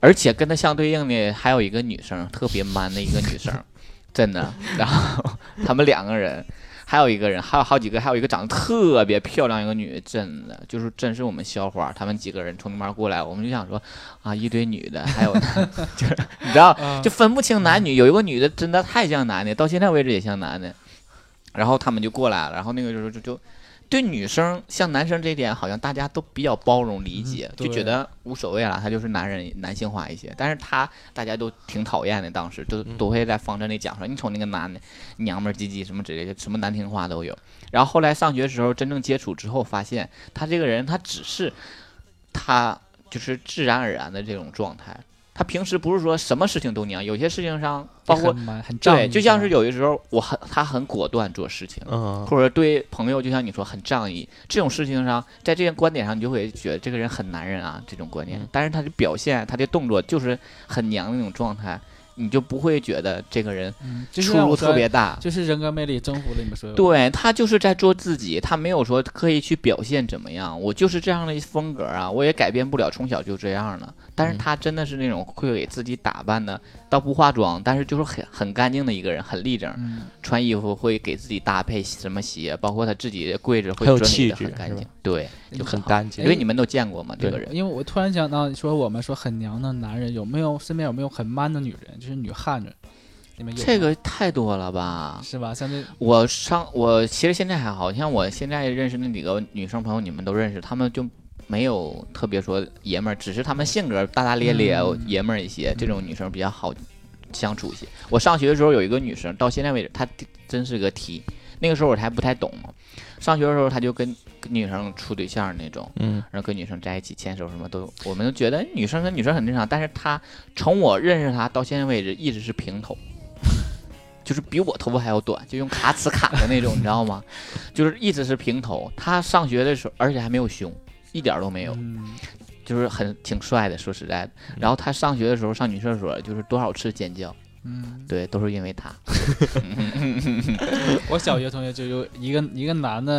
而且跟他相对应的还有一个女生，特别 man 的一个女生，真的，然后他们两个人。还有一个人，还有好几个，还有一个长得特别漂亮一个女的，真的就是真是我们校花，他们几个人从那边过来，我们就想说啊，一堆女的，还有 就是你知道啊就分不清男女，有一个女的真的太像男的，到现在为止也像男的，然后他们就过来了，然后那个就是就就对女生像男生这一点，好像大家都比较包容理解，嗯对就觉得无所谓了，他就是男人男性化一些，但是他大家都挺讨厌的，当时都嗯都会在方阵里讲说，你瞅那个男的娘们儿唧唧什么之类的，什么难听话都有。然后后来上学时候真正接触之后，发现他这个人，他只是他就是自然而然的这种状态。他平时不是说什么事情都娘，有些事情上包括很满很仗对，义，就像是有的时候我很他很果断做事情，嗯，或者对朋友就像你说很仗义，这种事情上，在这些观点上，你就会觉得这个人很男人啊，这种观念嗯。但是他的表现，他的动作就是很娘的那种状态，你就不会觉得这个人嗯，就出是让入我特说别大。就是人格魅力征服了你们嗯所有，对他就是在做自己，他没有说刻意去表现怎么样，我就是这样的风格啊，我也改变不了，从小就这样了。但是嗯他真的是那种会给自己打扮的，倒不化妆，但是就是很很干净的一个人，很立正，嗯，穿衣服会给自己搭配什么鞋，包括他自己的柜子会很有整气理的质很干是净吧，对，就就很很好。干净哎因。为你们都见过嘛，这个人，因为我突然想到，你说我们说很娘的男人，有没有身边有没有很 man 的女人，就是女汉子？你们有吗这个太多了吧？是吧？像这我上我其实现在还好，像我现在认识那几个女生朋友，你们都认识，她们就没有特别说爷们儿，只是她们性格大大咧咧、嗯爷们儿一些，这种女生比较好相处一些。我上学的时候有一个女生，到现在为止她真是个 T，那个时候我还不太懂嘛。上学的时候她就跟跟女生处对象那种，嗯，然后跟女生在一起牵手什么都，我们都觉得女生跟女生很正常，但是她从我认识她到现在为止一直是平头， 就是比我头发还要短，就用卡尺卡的那种，你知道吗？ 就是一直是平头。她上学的时候，而且还没有胸，一点儿都没有，嗯，就是很挺帅的。说实在的，嗯然后她上学的时候上女厕所，就是多少次尖叫，嗯，对，都是因为她。我小学同学就有一个一个男的，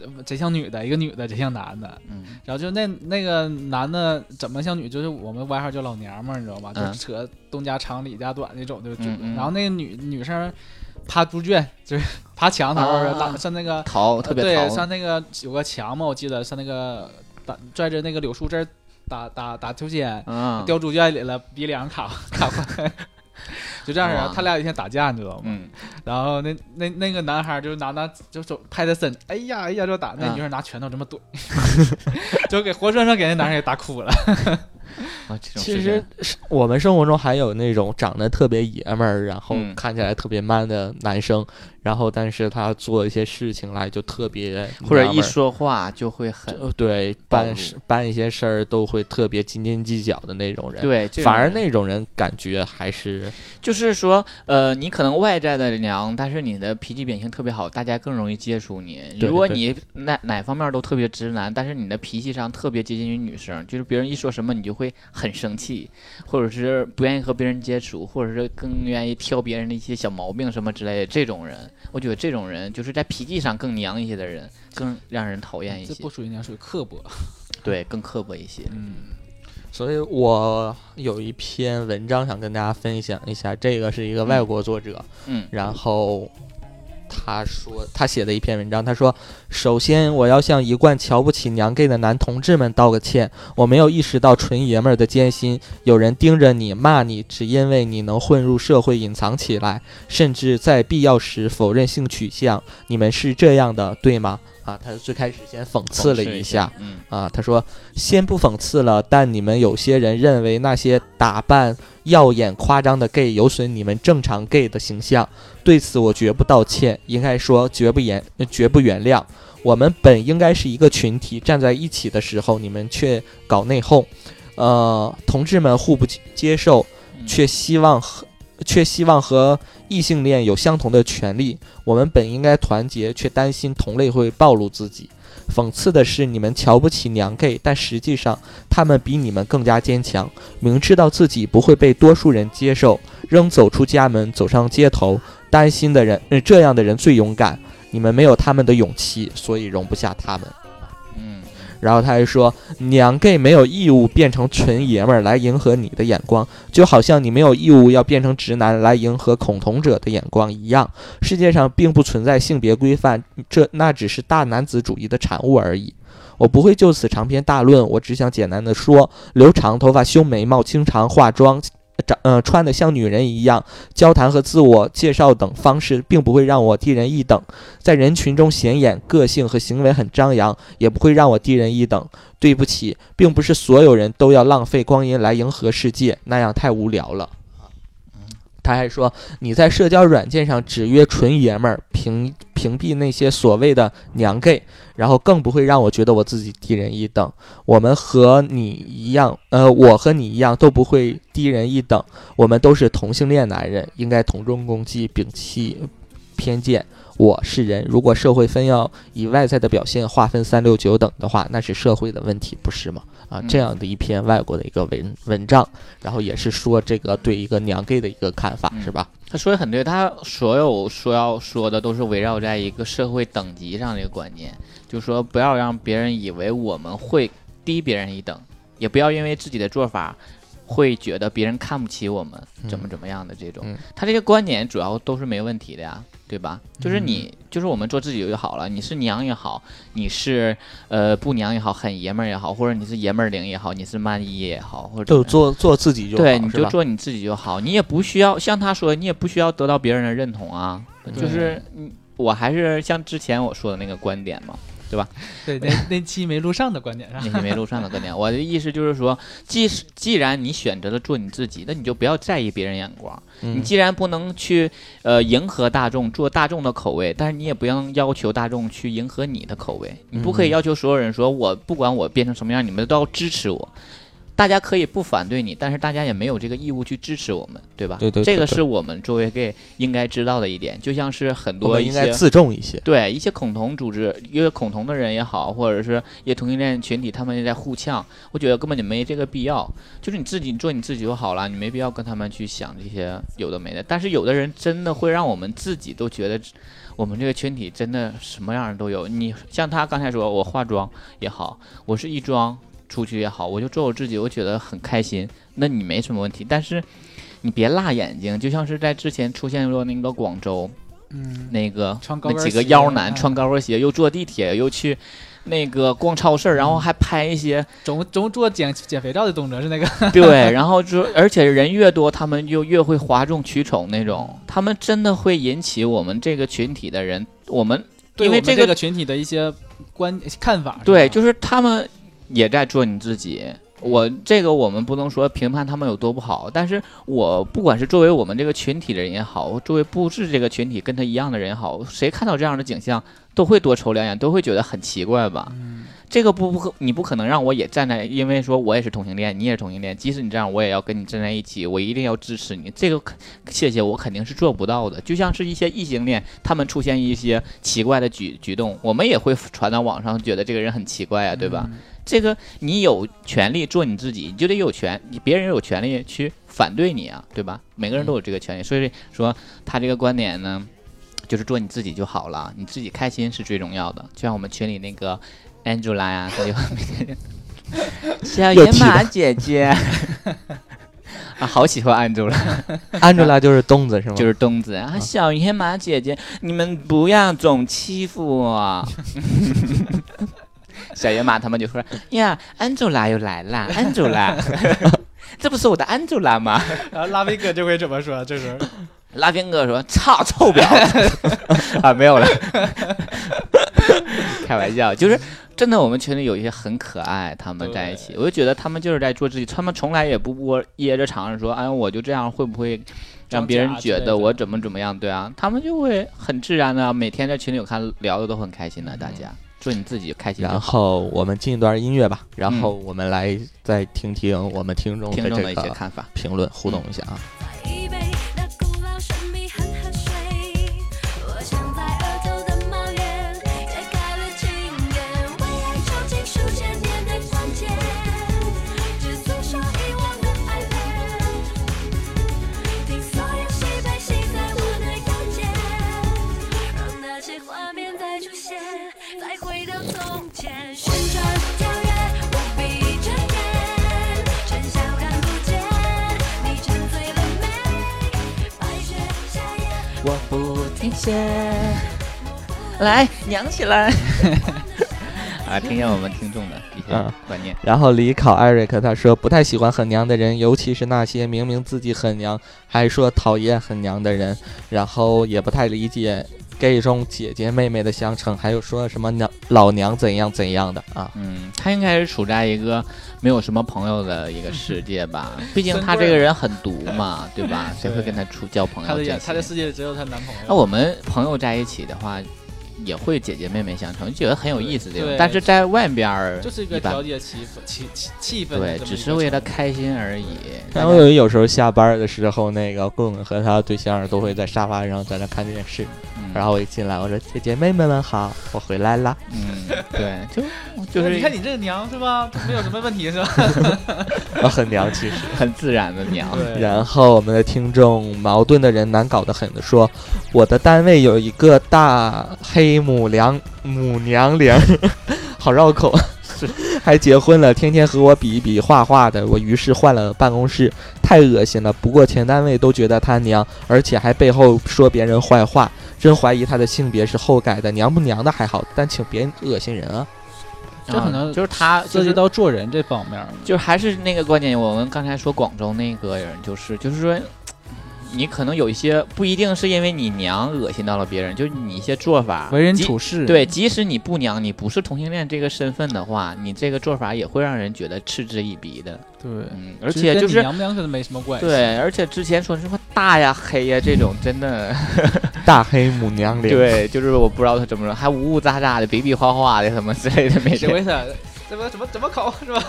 呃贼像女的，一个女的贼像男的，嗯，然后就那那个男的怎么像女，就是我们外号叫老娘们儿，你知道吧？就扯东家长李家短那种，就嗯就、嗯嗯然后那个女女生爬猪圈，就是爬墙头儿，啊拉上那呃个淘特别对，淘，上那个有个墙嘛，我记得上那个打拽着那个柳树枝儿打打打秋千，嗯，掉猪圈里了，鼻梁卡卡坏。 就这样式儿哇，他俩有一天打架，你知道吗？嗯，然后那那那个男孩儿就拿拿就手拍他身，哎呀哎呀就打，那嗯女孩拿拳头这么怼， 就给活生生给那男孩儿给打 哭了。哇，啊这种其事实情是我们生活中还有那种长得特别爷们儿，然后嗯看起来特别 man 的男生，然后但是他做一些事情来就特别或者娘一们儿说话就会很就对暴办露事办一些事儿都会特别斤斤计较的那种人。，对，这反种而人那种人感觉还是就是说，呃，你可能外在的娘，但是你的脾气秉性特别好，大家更容易接触你。对如果对你哪哪方面都特别直男，但是你的脾气上特别接近于女生，就是别人一说什么你就会很生气，或者是不愿意和别人接触，或者是更愿意挑别人的一些小毛病什么之类的。这种人，我觉得这种人就是在脾气上更娘一些的人，更让人讨厌一这些不，属于娘，属于刻薄。对，更刻薄一些。嗯，所以我有一篇文章想跟大家分享一下，这个是一个外国作者，嗯然后他说他写的一篇文章，他说：“首先我要向一贯瞧不起娘 gay 的男同志们道个歉，我没有意识到纯爷们儿的艰辛，有人盯着你骂你，只因为你能混入社会隐藏起来，甚至在必要时否认性取向，你们是这样的，对吗？”啊，他最开始先讽刺了讽刺一一下，嗯，啊，他说先不讽刺了，但你们有些人认为那些打扮耀眼夸张的 gay 有损你们正常 gay 的形象，对此我绝不道歉，应该说绝不原呃绝不原谅。我们本应该是一个群体站在一起的时候，你们却搞内讧，呃，同志们互不接受，嗯却希望和却希望和异性恋有相同的权利。我们本应该团结，却担心同类会暴露自己。讽刺的是，你们瞧不起娘 gay，但实际上他们比你们更加坚强。明知道自己不会被多数人接受，仍走出家门，走上街头。担心的人，呃这样的人最勇敢。你们没有他们的勇气，所以容不下他们。嗯，然后他还说，娘 gay 没有义务变成纯爷们儿来迎合你的眼光，就好像你没有义务要变成直男来迎合恐同者的眼光一样。世界上并不存在性别规范，这那只是大男子主义的产物而已。我不会就此长篇大论，我只想简单的说：留长头发、修眉毛、经常化妆。长呃穿的像女人一样，交谈和自我介绍等方式，并不会让我低人一等，在人群中显眼，个性和行为很张扬，也不会让我低人一等。对不起，并不是所有人都要浪费光阴来迎合世界，那样太无聊了。他还说，你在社交软件上只约纯爷们儿，屏屏蔽那些所谓的娘 gay，然后更不会让我觉得我自己低人一等。我们和你一样，呃，我和你一样都不会低人一等，我们都是同性恋男人，应该同中共济，摒弃偏见。我是人，如果社会分要以外在的表现划分三六九等的话，那是社会的问题，不是吗？啊，嗯这样的一篇外国的一个文文章，然后也是说这个对一个娘 gay 的一个看法，嗯是吧？他说的很对，他所有说要说的都是围绕在一个社会等级上的一个观念，就是说不要让别人以为我们会低别人一等，也不要因为自己的做法会觉得别人看不起我们，怎么怎么样的这种。嗯他这些观点主要都是没问题的呀，对吧？就是你，就是我们做自己就好了。你是娘也好，你是呃不娘也好，很爷们儿也好，或者你是爷们儿零也好，你是慢一也好，或者怎么样就做做自己就好，对，你是就吧做你自己就好，你也不需要像他说，你也不需要得到别人的认同啊。就对是嗯我还是像之前我说的那个观点嘛，对，那那期没录上的观点是吧？那些没录上的观点。我的意思就是说，既是既然你选择了做你自己，那你就不要在意别人眼光。你嗯既然不能去呃迎合大众，做大众的口味，但是你也不要要求大众去迎合你的口味。你不可以嗯要求所有人说我不管我变成什么样，你们都要支持我。大家可以不反对你，但是大家也没有这个义务去支持我们，对吧？对对这对个对是我们作为 gay 应该知道的一点。就像是很我多们一应该些自重一 些。对一些恐同组织，因为恐同的人也好，或者是一些同性恋群体，他们在互呛，我觉得根本就没这个必要。就是你自己做你自己就好了，你没必要跟他们去想这些有的没的。但是有的人真的会让我们自己都觉得，我们这个群体真的什么样的都有。你像他刚才说，我化妆也好，我是一妆出去也好，我就做我自己，我觉得很开心。那你没什么问题，但是你别辣眼睛，就像是在之前出现过那个广州。嗯，那个穿高那跟几个鞋妖男啊穿高跟鞋，又坐地铁，又去那个逛超市，然嗯后还拍一 些总总做减减肥照的动 作是那个，对，然后就而且人越多，他们就越会哗众取宠那嗯种，他们真的会引起我们这个群体的人，我们对因为我们这这个个群体的一些观看法是吧。对，就是他们也在做你自己。嗯我这个我们不能说评判他们有多不好，但是我不管是作为我们这个群体的人也好，作为不是这个群体跟他一样的人也好，谁看到这样的景象都会多瞅两眼，都会觉得很奇怪吧？嗯这个不不可你不可能让我也站在，因为说我也是同性恋，你也是同性恋，即使你这样，我也要跟你站在一起，我一定要支持你。这个肯谢谢，我肯定是做不到的。就像是一些异性恋，他们出现一些奇怪的举举动，我们也会传到网上，觉得这个人很奇怪啊，对吧？这个你有权利做你自己，你就得有权，你别人有权利去反对你啊，对吧？每个人都有这个权利，所以说他这个观点呢，就是做你自己就好了，你自己开心是最重要的。就像我们群里那个 Angela 呀、她就 小又野提马姐姐 啊，好喜欢 Angela。 Angela 就是东子是吗？ 就是东子啊，小野马姐姐，你们不要总欺负我。 小野马他们就说呀，安祖拉又来啦，安祖 拉， 这不是我的安祖拉吗？然后拉维哥这回怎么说？这时候拉宾哥说：“操，臭婊子！” 啊，没有了，开玩笑，就是真的。我们群里有一些很可爱，他们在一起，我就觉得他们就是在做自己，他们从来也不窝掖着藏着说：“哎，我就这样会不会让别人装假之觉类得的我怎么怎么样？”对啊，他们就会很自然的，啊每天在群里有看聊的都很开心的，大家祝你自己开心就然好。后我们进一段音乐吧，然嗯后我们来再听听我们听众听众的这一些个看法，嗯评论，互动一下啊。再一杯那古老神秘恒河水，我想在额头的冒烟，解开了情缘，为爱抽筋数千年的关节，只诉说遗忘的爱恋，听所有喜悲喜在我的腰间，让那些画面再出现，再回到从前，旋转跳跃，不必睁眼，喧嚣看不见，你沉醉了没？白雪夏夜，我不停歇，来娘起来啊！听见我们听众的一些嗯观念。然后李考艾瑞克他说不太喜欢很娘的人，尤其是那些明明自己很娘还说讨厌很娘的人，然后也不太理解 gay 中姐姐妹妹的相称，还有说什么娘老娘怎样怎样的啊。嗯，他应该是处在一个没有什么朋友的一个世界吧， 毕竟森他贵这个儿人很毒嘛，对吧？谁会对跟他处交朋他友的这眼，他的些？世界只有她男朋友。那我们朋友在一起的话，也会姐姐妹妹相称，觉得很有意思这种对。但是在外边儿就是一个般调节气氛、气气气氛的这么对，一个程度，只是为了开心而已。但我有有时候下班的时候，那个棍棍和他对象都会在沙发上在那看电视，嗯然后我一进来，我说姐姐妹妹们好，我回来啦。嗯，对， 就就就是你看是你这个娘是吧？没有什么问题是吧？ 我很娘气势。很自然的娘。然后我们的听众矛盾的人难搞得很的说，我的单位有一个大黑母娘母娘铃儿， 好绕口， 还结婚了，天天和我比一比画画的，我于是换了办公室，太恶心了。不过前单位都觉得她娘，而且还背后说别人坏话，真怀疑她的性别是后改的，娘不娘的还好，但请别恶心人啊。这可能啊就是他涉就是及到做人这方面儿，就是还是那个观点，我们刚才说广州那个人，就是就是说，你可能有一些不一定是因为你娘恶心到了别人，就是你一些做法，为人即处事，对，即使你不娘，你不是同性恋这个身份的话，你这个做法也会让人觉得嗤之以鼻的。对，嗯，而且跟就你是娘不娘可能没什么关系。，对，而且之前说什么大呀、黑呀这种，真 的大黑母娘铃，对，就是我不知道他怎么说，还呜呜喳喳的、比比划划的什么之类的，没谁会他怎么怎么怎么考是吧？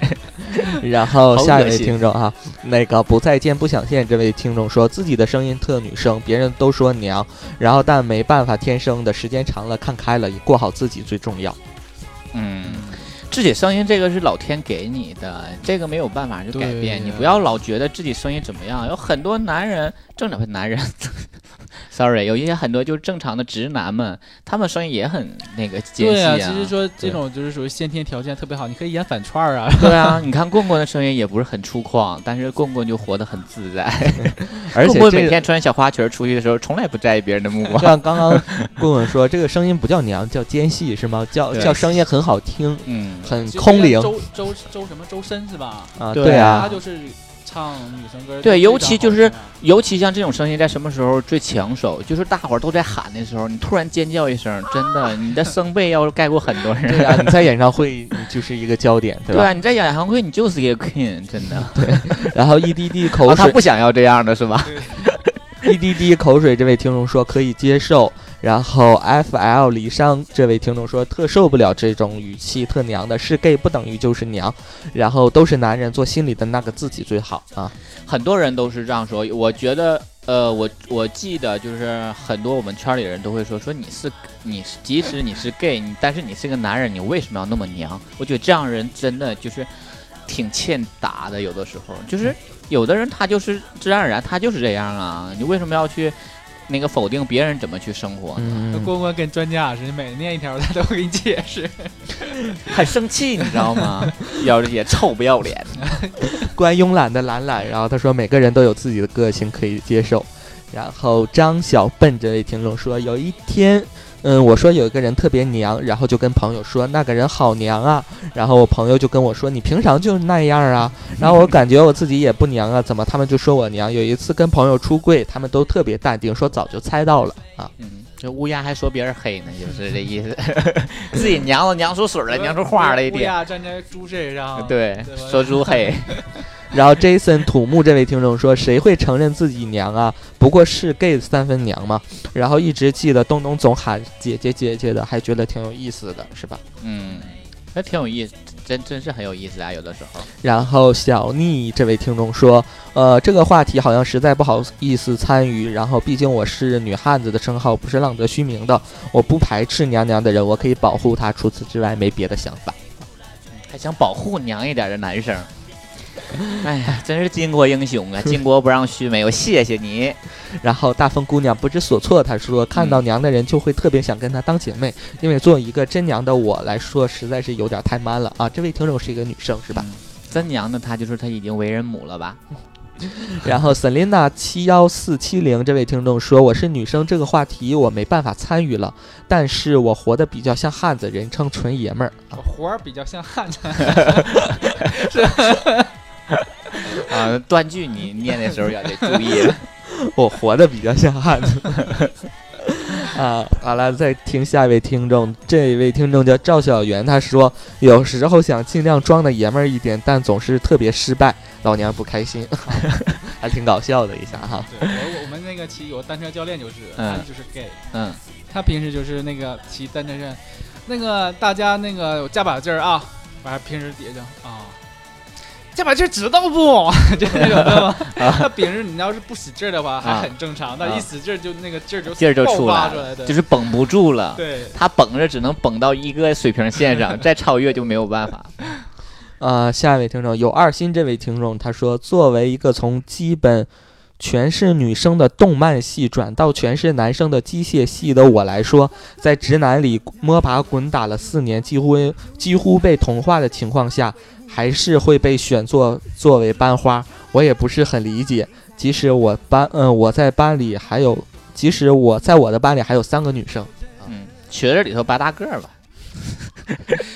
然后好下一恶位心听众啊，那个不再见不想见这位听众说自己的声音特女生，别人都说娘，然后但没办法，天生的，时间长了看开了，也过好自己最重要。 嗯，自己声音这个是老天给你的，这个没有办法去改变。对你不要老觉得自己声音怎么样，有很多男人，正常的男人， sorry，有一些很多就是正常的直男们，他们声音也很那个尖对细啊，其实说这种就是属于先天条件特别好，你可以演反串儿啊。对啊，你看棍棍的声音也不是很粗犷，但是棍棍就活得很自在。而棍且棍这每个天穿小花裙儿出去的时候，从来不在意别人的目 光。像刚刚棍棍说，这个声音不叫娘，叫尖细是吗？叫对叫声音很好听，嗯，很空灵周周周什么周深是吧？啊。对对他啊，就是唱女生歌，对尤其就是嗯尤其像这种声音，在什么时候最抢手？就是大伙儿都在喊的时候，你突然尖叫一声，真的，你的声贝要盖过很多人。对啊，你在演唱会你就是一个焦点，对对吧？啊，你在演唱会，你就是一个 queen，真的。然后 EDD 口啊，他水不想要这样的是吧？ ，EDD 口水这位听众说可以接受，然后 FL 离殇这位听众说特受不了这种语气特娘的，是 gay 不等于就是娘，然后都是男人做心里的那个自己最好啊。很多人都是这样说。我觉得，呃，我我记得就是很多我们圈里人都会说，说你是你是，即使你是 gay，你但是你是个男人，你为什么要那么娘？我觉得这样人真的就是挺欠打的，有的时候就是有的人他就是自然而然他就是这样啊， 你为什么要去那个否定别人怎么去生活？那嗯，关关跟专家似的，每念一条他都会给你解释。很生气，你知道 吗？要这些臭不要脸的。关慵懒的懒懒，然后他说每个人都有自己的个性可以接受。然后张小笨这位听众说，有一天，嗯，我说有一个人特别娘，然后就跟朋友说那个人好娘啊，然后我朋友就跟我说你平常就是那样啊，然后我感觉我自己也不娘啊，怎么他们就说我娘？有一次跟朋友出柜，他们都特别淡定，说早就猜到了啊。嗯，这乌鸦还说别人黑呢，就是这意 思。自己娘都娘出水了，娘出花了一乌点。鸦站在猪身上，呃对对，吧说猪黑，然后 Jason 土木这位听众说：“谁会承认自己娘啊？不过是 gay 三分娘嘛。”然后一直记得东东总喊姐姐姐姐的，还觉得挺有意思的，是吧？ 嗯，那挺有意思，真真是很有意思啊，有的时候。然后小逆这位听众说：“呃，这个话题好像实在不好意思参与。然后毕竟我是女汉子的称号不是浪得虚名的，我不排斥娘娘的人，我可以保护她。除此之外，没别的想法。还想保护娘一点的男 生，哎呀，真是巾帼英 雄啊！巾帼不让须眉，我谢谢你。然后大风姑娘不知所措，她说看到娘的人就会特别想跟她当姐妹，因为做一个真娘的我来说，实在是有点太 man 了啊！这位听众是一个女生是吧？嗯真娘的她就是她已经为人母了吧？然后 Selina 七幺四七零这位听众说我是女生这个话题我没办法参与了，但是我活得比较像汉子，人称纯爷们儿。我活儿比较像 汉子。啊，断句你念的时候要得注意 了。 我活得比较像汉子。 啊，好了，再听下一位听众，这一位听众叫赵小媛，他说有时候想尽量装的爷们儿一点，但总是特别失败，老娘不开心， 还挺搞笑的一下哈。对，我我们那个骑有个单车教练就是，嗯他就是 gay，嗯，他平时就是那个骑单车上，那个大家那个有加把劲儿啊，完了平时底下就啊。加把劲儿知道不？ 就那种的 吗？他平时你要是不使劲儿的话，还啊很正常，但一使劲儿就那个劲儿就劲儿就爆出发来出了，的，就是绷不住了。对。他绷着只能绷到一个水平线 上，再超越就没有办法。啊，下一位听众有二心这位听众，他说作为一个从基本全是女生的动漫系转到全是男生的机械系的我来说， 在直男里摸爬滚打了四年，几乎几乎被同化的情况下，还是会被选作作为班花，我也不是很理解。即使我班，嗯、我在班里还有，即使我在我的班里还有三个女生，啊嗯，瘸子里头拔大个儿吧。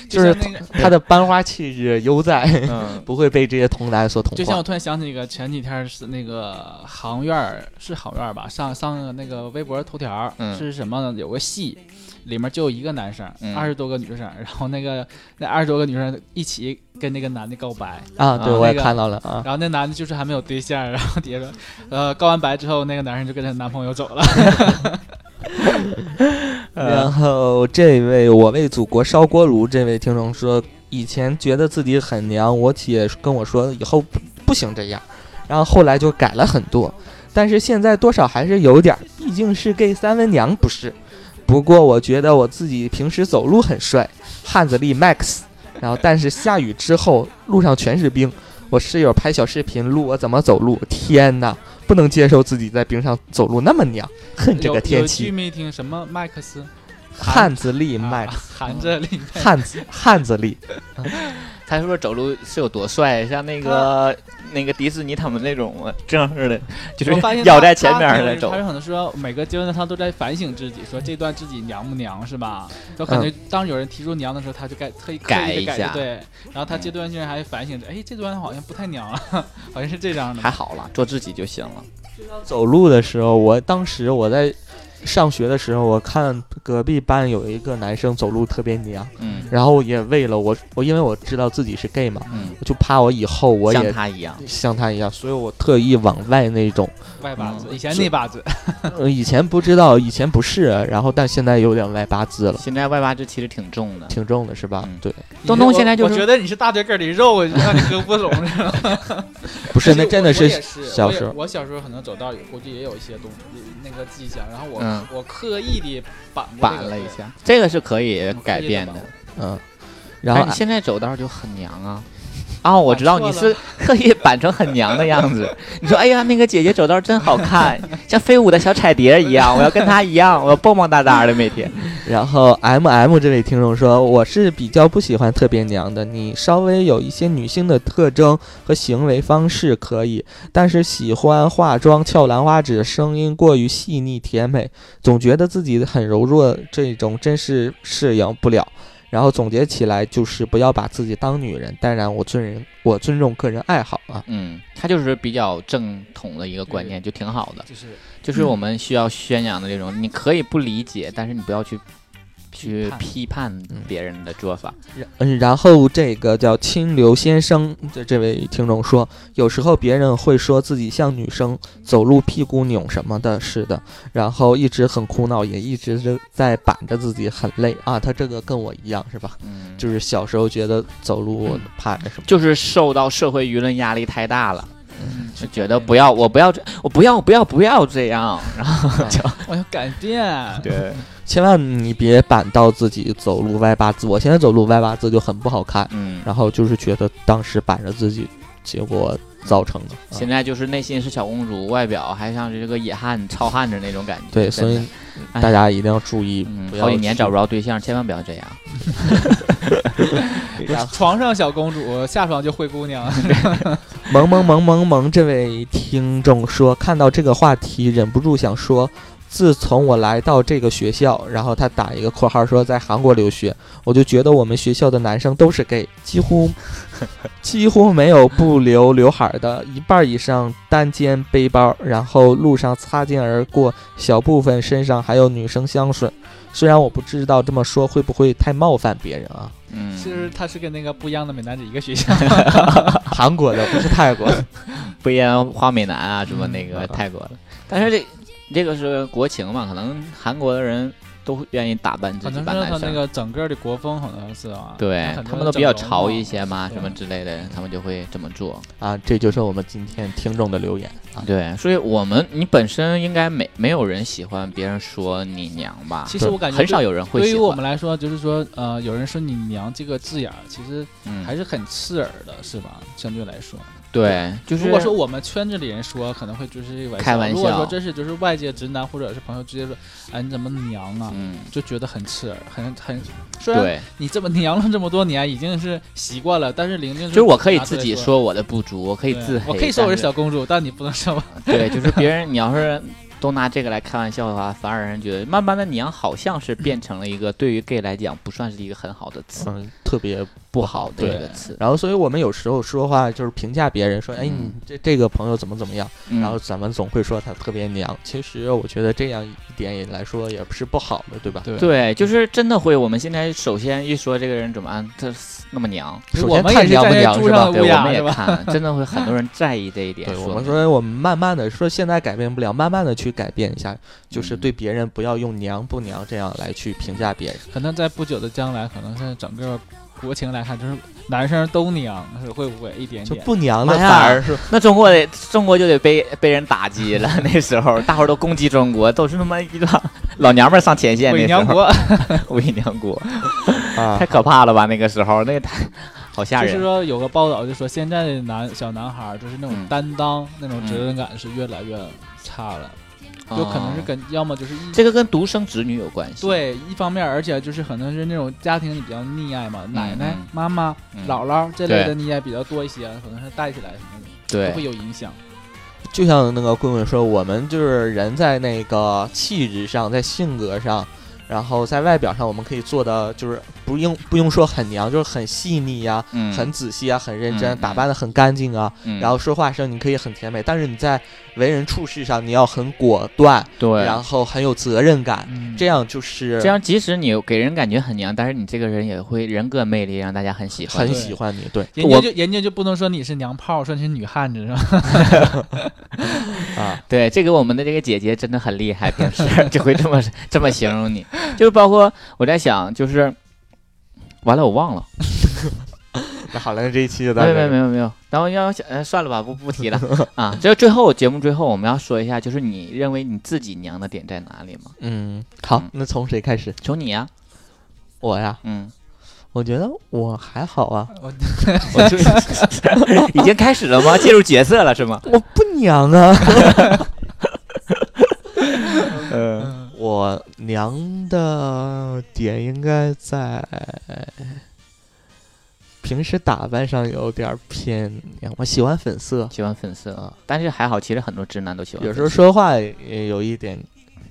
就像是那个，她的班花气质犹在， 嗯，不会被这些同男所同就像化我。突然想起一个，前几天是那个行院儿是行院儿吧，上上那个微博头条儿、嗯是什么呢？有个戏，里面就有一个男生嗯，二十、多个女生，然后那个那二十多个女生一起跟那个男的告白，啊，对，啊我也那个看到了啊。然后那男的就是还没有对象，然后底下说，呃，告完白之后，那个男生就跟她男朋友走了。呃然后这位我为祖国烧锅炉这位听众说，以前觉得自己很娘，我姐跟我说以后不不行这样，然后后来就改了很多，但是现在多少还是有点儿，毕竟是 gay 三文娘不是。不过我觉得我自己平时走路很帅，汉子力 max，然后但是下雨之后路上全是冰，我室友拍小视频录我怎么走路，天哪！不能接受自己在冰上走路那么娘，恨这有个天有句气。没听什么麦克斯，汉子力啊麦，含着力麦，汉子汉子力， 他说走路是有多帅，像那个、那个迪士尼他们那种正似的，就我发是 现咬他在前他面有的人走他。有可能说每个阶段他都在反省自己，说这段自己娘不娘是吧？就感觉当有人提出娘的时候，他就该特意刻意地嗯改改一下对。然后他这段居然还反省着，哎，这段好像不太娘了，啊 好像是这样的还吧。好了，做自己就行了。走路的时候，我当时我在上学的时候，我看隔壁班有一个男生走路特别娘，嗯然后也为了我，我因为我知道自己是 gay 嘛，嗯，我就怕我以后我像也他一样，像他一样，所以我特意往外那种。外八字，嗯以前内八字，呃，以前不知道，以前不是，然后但现在有点外八字了，现在外八字其实挺重的。挺重的是吧？嗯对，东东我现在就是我觉得你是大腿根儿里肉，我就让你合不拢是吧？不是那我真的我是也是小时我候也我小时候可能走道也估计也有一些东那个迹象，然后我、嗯我刻意的板过这个板了一，下，这个是可以我刻意地改变绑的过。嗯，然但哎后是你现在走道就很娘啊。啊，我知道啊错你了是 刻意板成很娘的样 子。你说，哎呀，那个姐姐走道真好看，像飞舞的小彩蝶一样，我要跟她一样，我要蹦蹦哒哒的每天。然后 M M 这位听众说，我是比较不喜欢特别娘的，你稍微有一些女性的特征和行为方式可以，但是喜欢化妆、翘兰花指，声音过于细腻甜美，总觉得自己很柔弱，这种真是适应不了。然后总结起来就是不要把自己当女人，当然我尊人，我尊重个人爱好啊。嗯，他就是比较正统的一个观念，就挺好的。就是就是我们需要宣扬的这种，你可以不理解，但是你不要去去批判别人的做法。嗯，然后这个叫清流先生的这位听众说，有时候别人会说自己像女生，走路屁股扭什么的，是的，然后一直很苦恼，也一直是在板着自己，很累啊。他这个跟我一样是吧？嗯，就就是小时候觉得走路嗯我怕那什么，就是受到社会舆论压力太大了，嗯就觉得不要我不要这我不要不要不要这样，然后就 我要改变，对，千万你别板到自己走路歪八字。我现在走路歪八字就很不好看，嗯。然后就是觉得当时板着自己，结果造成的。啊现在就是内心是小公主，外表还像是这个野汉、糙汉子那种感觉。对，所以真的哎大家一定要注意，不嗯，要好几年去找不着对象，千万不要这样。床上小公主，下床就灰姑娘。 萌萌萌萌萌，这位听众说，看到这个话题忍不住想说，自从我来到这个学校，然后他打一个括号说在韩国留学，我就觉得我们学校的男生都是 gay，几乎 几乎没有不留刘海儿的，一半以上单肩背包，然后路上擦肩而过，小部分身上还有女生香水。虽然我不知道这么说会不会太冒犯别人啊，嗯，是不是她是跟那个不一样的美男子一个 学校？韩国的不是泰 国的，不一样，花美男啊，什么那个嗯泰国的。但是这这个是国情嘛，可能韩国的人都愿意打扮自可己能扮是她男那生。个整个的国风，好像是啊。对很多他们都比较整容潮嘛一些嘛，对什么之类的，他们就会这么做。啊，这就是我们今天听众的留言啊。对，所以我们你本身应该没没有人喜欢别人说你娘吧？其实我感觉啊很少有人会对于喜我欢们。来说，就是说，呃，有人说你娘这个字眼儿，其实嗯，还是很刺耳的，是吧？相对来说，对，就是如果说我们圈子里人说，可能会就是玩笑开玩笑如果说真是就是外界直男或者是朋友直接说，哎，你怎么娘啊？嗯，就觉得很刺耳，很很。虽然对，你这么娘了这么多年，已经是习惯了，但是玲玲就是我可以自己说，说我的不足，我可以对自黑，我可以说我但是小公主，但你不能说我。 对，就是别人，你要是都拿这个来开玩笑的话，反而让人觉得慢慢的娘好像是变成了一个对于 gay 来讲不算是一个很好的词，嗯，特别不不好好的一个对词。然后，所以我们有时候说话就是评价别人，说，哎，你嗯这这个朋友怎么怎么样，嗯然后咱们总会说他特别娘。其实我觉得这样一点也来说也不是不好的，对吧？对 对，就是真的会。我们现在首先一说这个人怎么啊，他是那么娘，首我先们看也是娘不站在猪娘啊是上吧的？对，乌我鸦们也是吧看，真的会很多人在意这一点。对，我们明说我们慢慢的说，现在改变不了，慢慢的去改变一下，就是嗯对别人不要用娘不娘这样来去评价别人。可能在不久的将来，可能是整个国情来看，就是男生都娘，是会不会一点就点？不娘妈的哎呀反而是那中国得中国就得被被人打击了。 那时候大伙儿都攻击中国，都是他妈一老老娘们儿上前线。伪那时 娘候国，伪娘国啊太，可怕了吧？那个时候那个太。好吓就是人。说有个报道就说现在的男小男孩儿就是那种嗯担当、那种责任感是越来越差了，有可能是哦跟要么就是一这个跟独生子女有关系。对一方面，而且就是可能是那种家庭里比较溺爱嘛，奶奶嗯、妈妈、嗯姥姥这类对的溺爱比较多一些，可能是带起来什么的都对，会有影响。就像那个棍棍说，我们就是人在那个气质上，在性格上，然后在外表上，我们可以做的就是不用不用说很娘，就是很细腻呀、嗯很仔细啊，很认真，嗯打扮的很干净啊，嗯然后说话声你可以很甜美，但是你在为人处事上你要很果断，对，啊然后很有责任感，嗯这样就是这样即使你给人感觉很娘，但是你这个人也会人格魅力让大家很喜欢很你。喜欢你。 对人家我就人家就不能说你是娘炮，说你是女汉子是吧？啊，对，这个我们的这个姐姐真的很厉害，平时就会这么这么形容你。就是包括我在想，就是完了我忘了，那好了，那这一期就到没这有没有没。里有没有。然后要想，呃，算了吧，不不提了啊。这最后节目最后我们要说一下，就是你认为你自己娘的点在哪里吗？嗯，好嗯，那从谁开始？从你呀、我呀，嗯，我觉得我还好啊，我我就 已经开始了吗？进入角色了是吗？我不娘啊。嗯我娘的点应该在平时打扮上有点儿偏娘，我喜欢粉色，喜欢粉色啊，但是还好，其实很多直男都喜欢有粉时色。候说话也有一点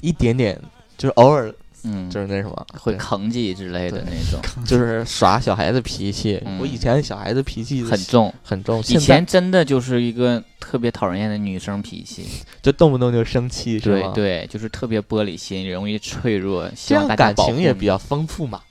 一点点，就是偶尔嗯，就是那什么，会对吭叽之类的对那种，就是耍小孩子脾气。嗯我以前小孩子脾气很重。很重，以现在前真的就是一个特别讨人厌的女生脾气，就动不动就生气，是对吗？对，就是特别玻璃心，容易脆弱，希这望样大家感保护情也你比较丰富嘛。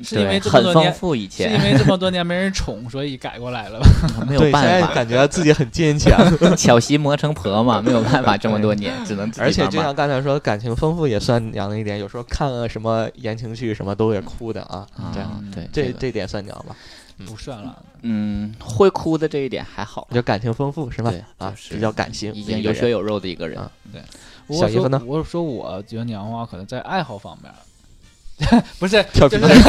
是因为对这么很多丰年，富，以是前因为这么多年没人宠，所以改过来了吧？没有对，现在办法，感觉自己很坚 强， 巧媳磨成婆嘛，没有办法，这么多年只能自己而且慢就慢像刚才说，感情丰富也算娘的一点。有时候看个什么言情剧什么都会哭的啊，这样啊对这个这点算娘吧？不算了，嗯会哭的这一点还好，就感情丰富是吧对？啊就，是比较感性，已经一有个血人有肉的一个人啊，我小姨说夫呢我说我觉得娘的话，可能在爱好方面儿， 不是跳就皮是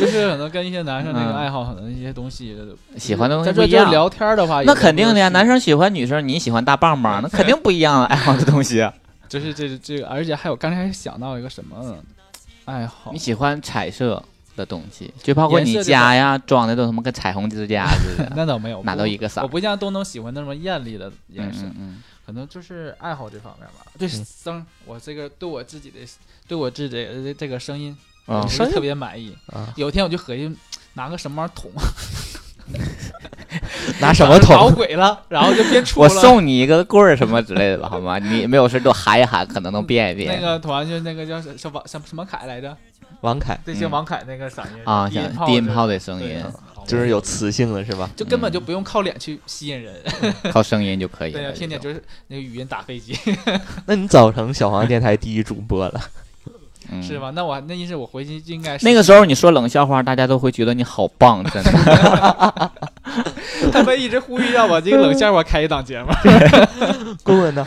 就是可能跟一些男生那个嗯爱好，可能一些东西喜欢的东西咱不说一就是样。聊天儿的话，那肯定的呀，男生生喜欢女生，你喜欢大棒嗯棒，那肯定不一样啊，爱好的东西啊。就是这个这个，而且还有刚才还想到一个什么爱好你，喜欢彩色的东西，就包括颜你色这家呀装的都他妈跟彩虹之家似的， 那倒没有，哪都一个色我儿。不像东东喜欢那么艳丽的嗯颜色嗯，嗯，可能就是爱好这方面吧。对声，我这个对我自己的对我自己的这个声音，嗯我不是特别满意。啊，有一天我就合计拿个什么玩意儿捅， 拿什么搞捅？鬼了，然后就变出嗯我了。送你一个棍儿什么之类的吧，好 吗？你没有事多喊一喊，可能能变一那变。个捅完就那个叫什什王什么什么凯来着？ 王凯对，就嗯王凯那个嗓音啊，低音像炮低音的炮的声对啊音，嗯就是有磁性了是吧？就根本就不用靠脸去吸引人，靠声音就可以对呀，了。天这天种就是那个语音打飞机，那你早成小黄电台第一主播了，嗯是吧？那我那意思我回去就应该是那个时候你说冷笑话，大家都会觉得你好棒，真 的。他们一直呼吁让我这个冷笑话开一档节目，顾问呢？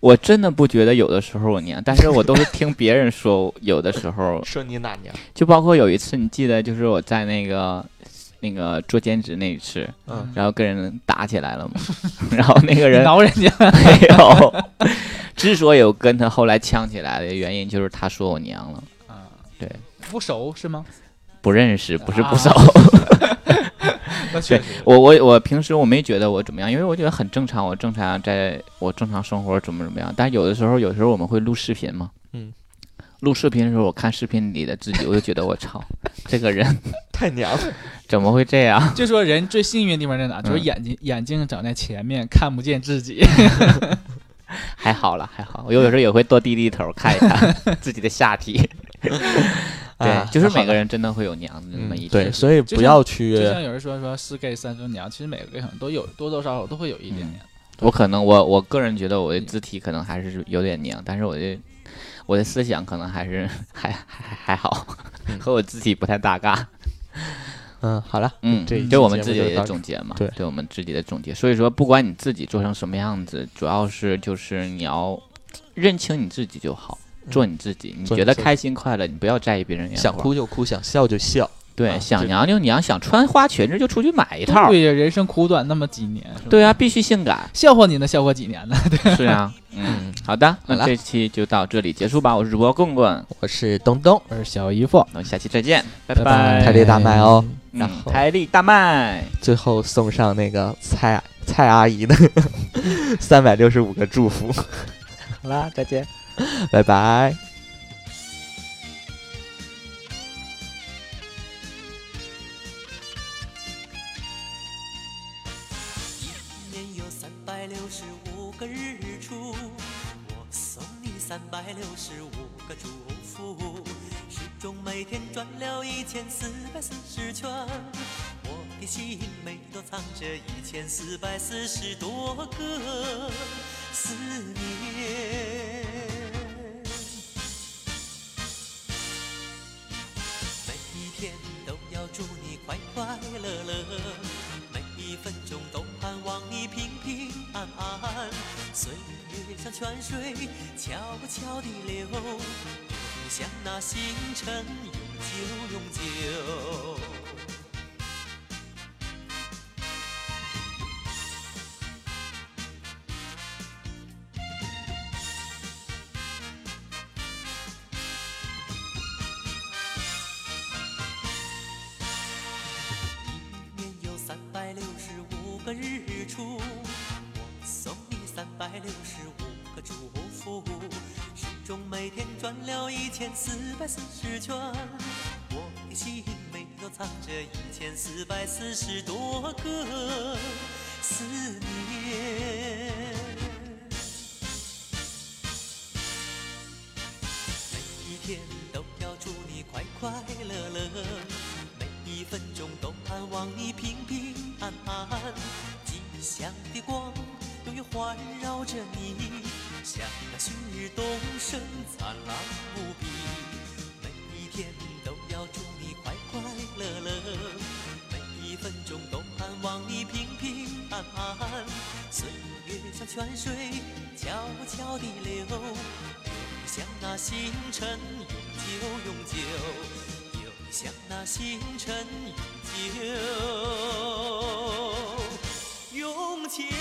我真的不觉得有的时候我娘，但是我都是听别人说，有的时 候说你哪娘？就包括有一次，你记得就是我在那个那个做兼职那一次，嗯然后跟人打起来了嘛，然后那个人挠人家。没有。之所以有跟他后来呛起来的原因，就是他说我娘了，啊对，不熟是吗？不认识，不是不熟。那确实，我我我平时我没觉得我怎么样，因为我觉得很正常，我正常在我正常生活怎么怎么样。但有的时候，有时候我们会录视频嘛，嗯，录视频的时候，我看视频里的自己，我就觉得我操， 这个人太娘了，怎么会这样？ 就说人最幸运的地方在哪？就是嗯眼睛眼睛长在前面，看不见自己。还好了，还好，我有时候也会多低低头看一 看自己的下体。啊对，就是每个。哎那好了人真的会有娘的那么一嗯，天对，所以就不像要就去像有人说说是给三分娘，其实每个人可能都有多多少少都会有一点点。我可能我我个人觉得我的肢体可能还是有点娘，但是我的我的思想可能还是 还还还好， 和我肢体不太搭嘎。嗯，好了，嗯，这一期对我们节目自己就到的这总结嘛，对对我们自己的总结。所以说，不管你自己做成什么样子，主要是就是你要认清你自己就好，做你自己。你嗯做觉你得自己开心快乐，你不要在意别人眼想光。哭就哭，想笑就笑。对，啊想这娘就娘，想穿花裙子就出去买一套。对呀，人生苦短那么几年，是吧。对啊，必须性感 笑话你呢，笑话几年呢？是啊，嗯，好的，好那了这期就到这里结束吧。我是主播棍棍，我是东东，我是小姨夫，那我们下期再见，拜拜拜台历大卖哦。嗯然后台历大卖，最后送上那个蔡蔡阿姨的三百六十五个祝福，好啦，再见。拜拜。一年有三百六十五个日出，我送你三百六十五个祝福。时钟每天转了一千四百四十圈，我的心每都藏着一千四百四十多个思念。每一天都要祝你快快乐乐，每一分钟都盼望你平平安安。岁月像泉水，悄不悄地流，流向那星辰，永久永久。一年有三百六十五个日出，我送你三百六十五个祝福。时钟每天转了一千四百四十圈，我的心每都藏着一千四百四十多个思念。每一天都要祝你快快乐乐，每一分钟都盼望你平平安安。吉祥的光永远环绕着你，像那旭东升灿烂无比。每一天都要祝你快快乐乐，每一分钟都盼望你平平安安。岁月像泉水，悄悄地流。有像那星辰永久永久，有像那星辰永久永久。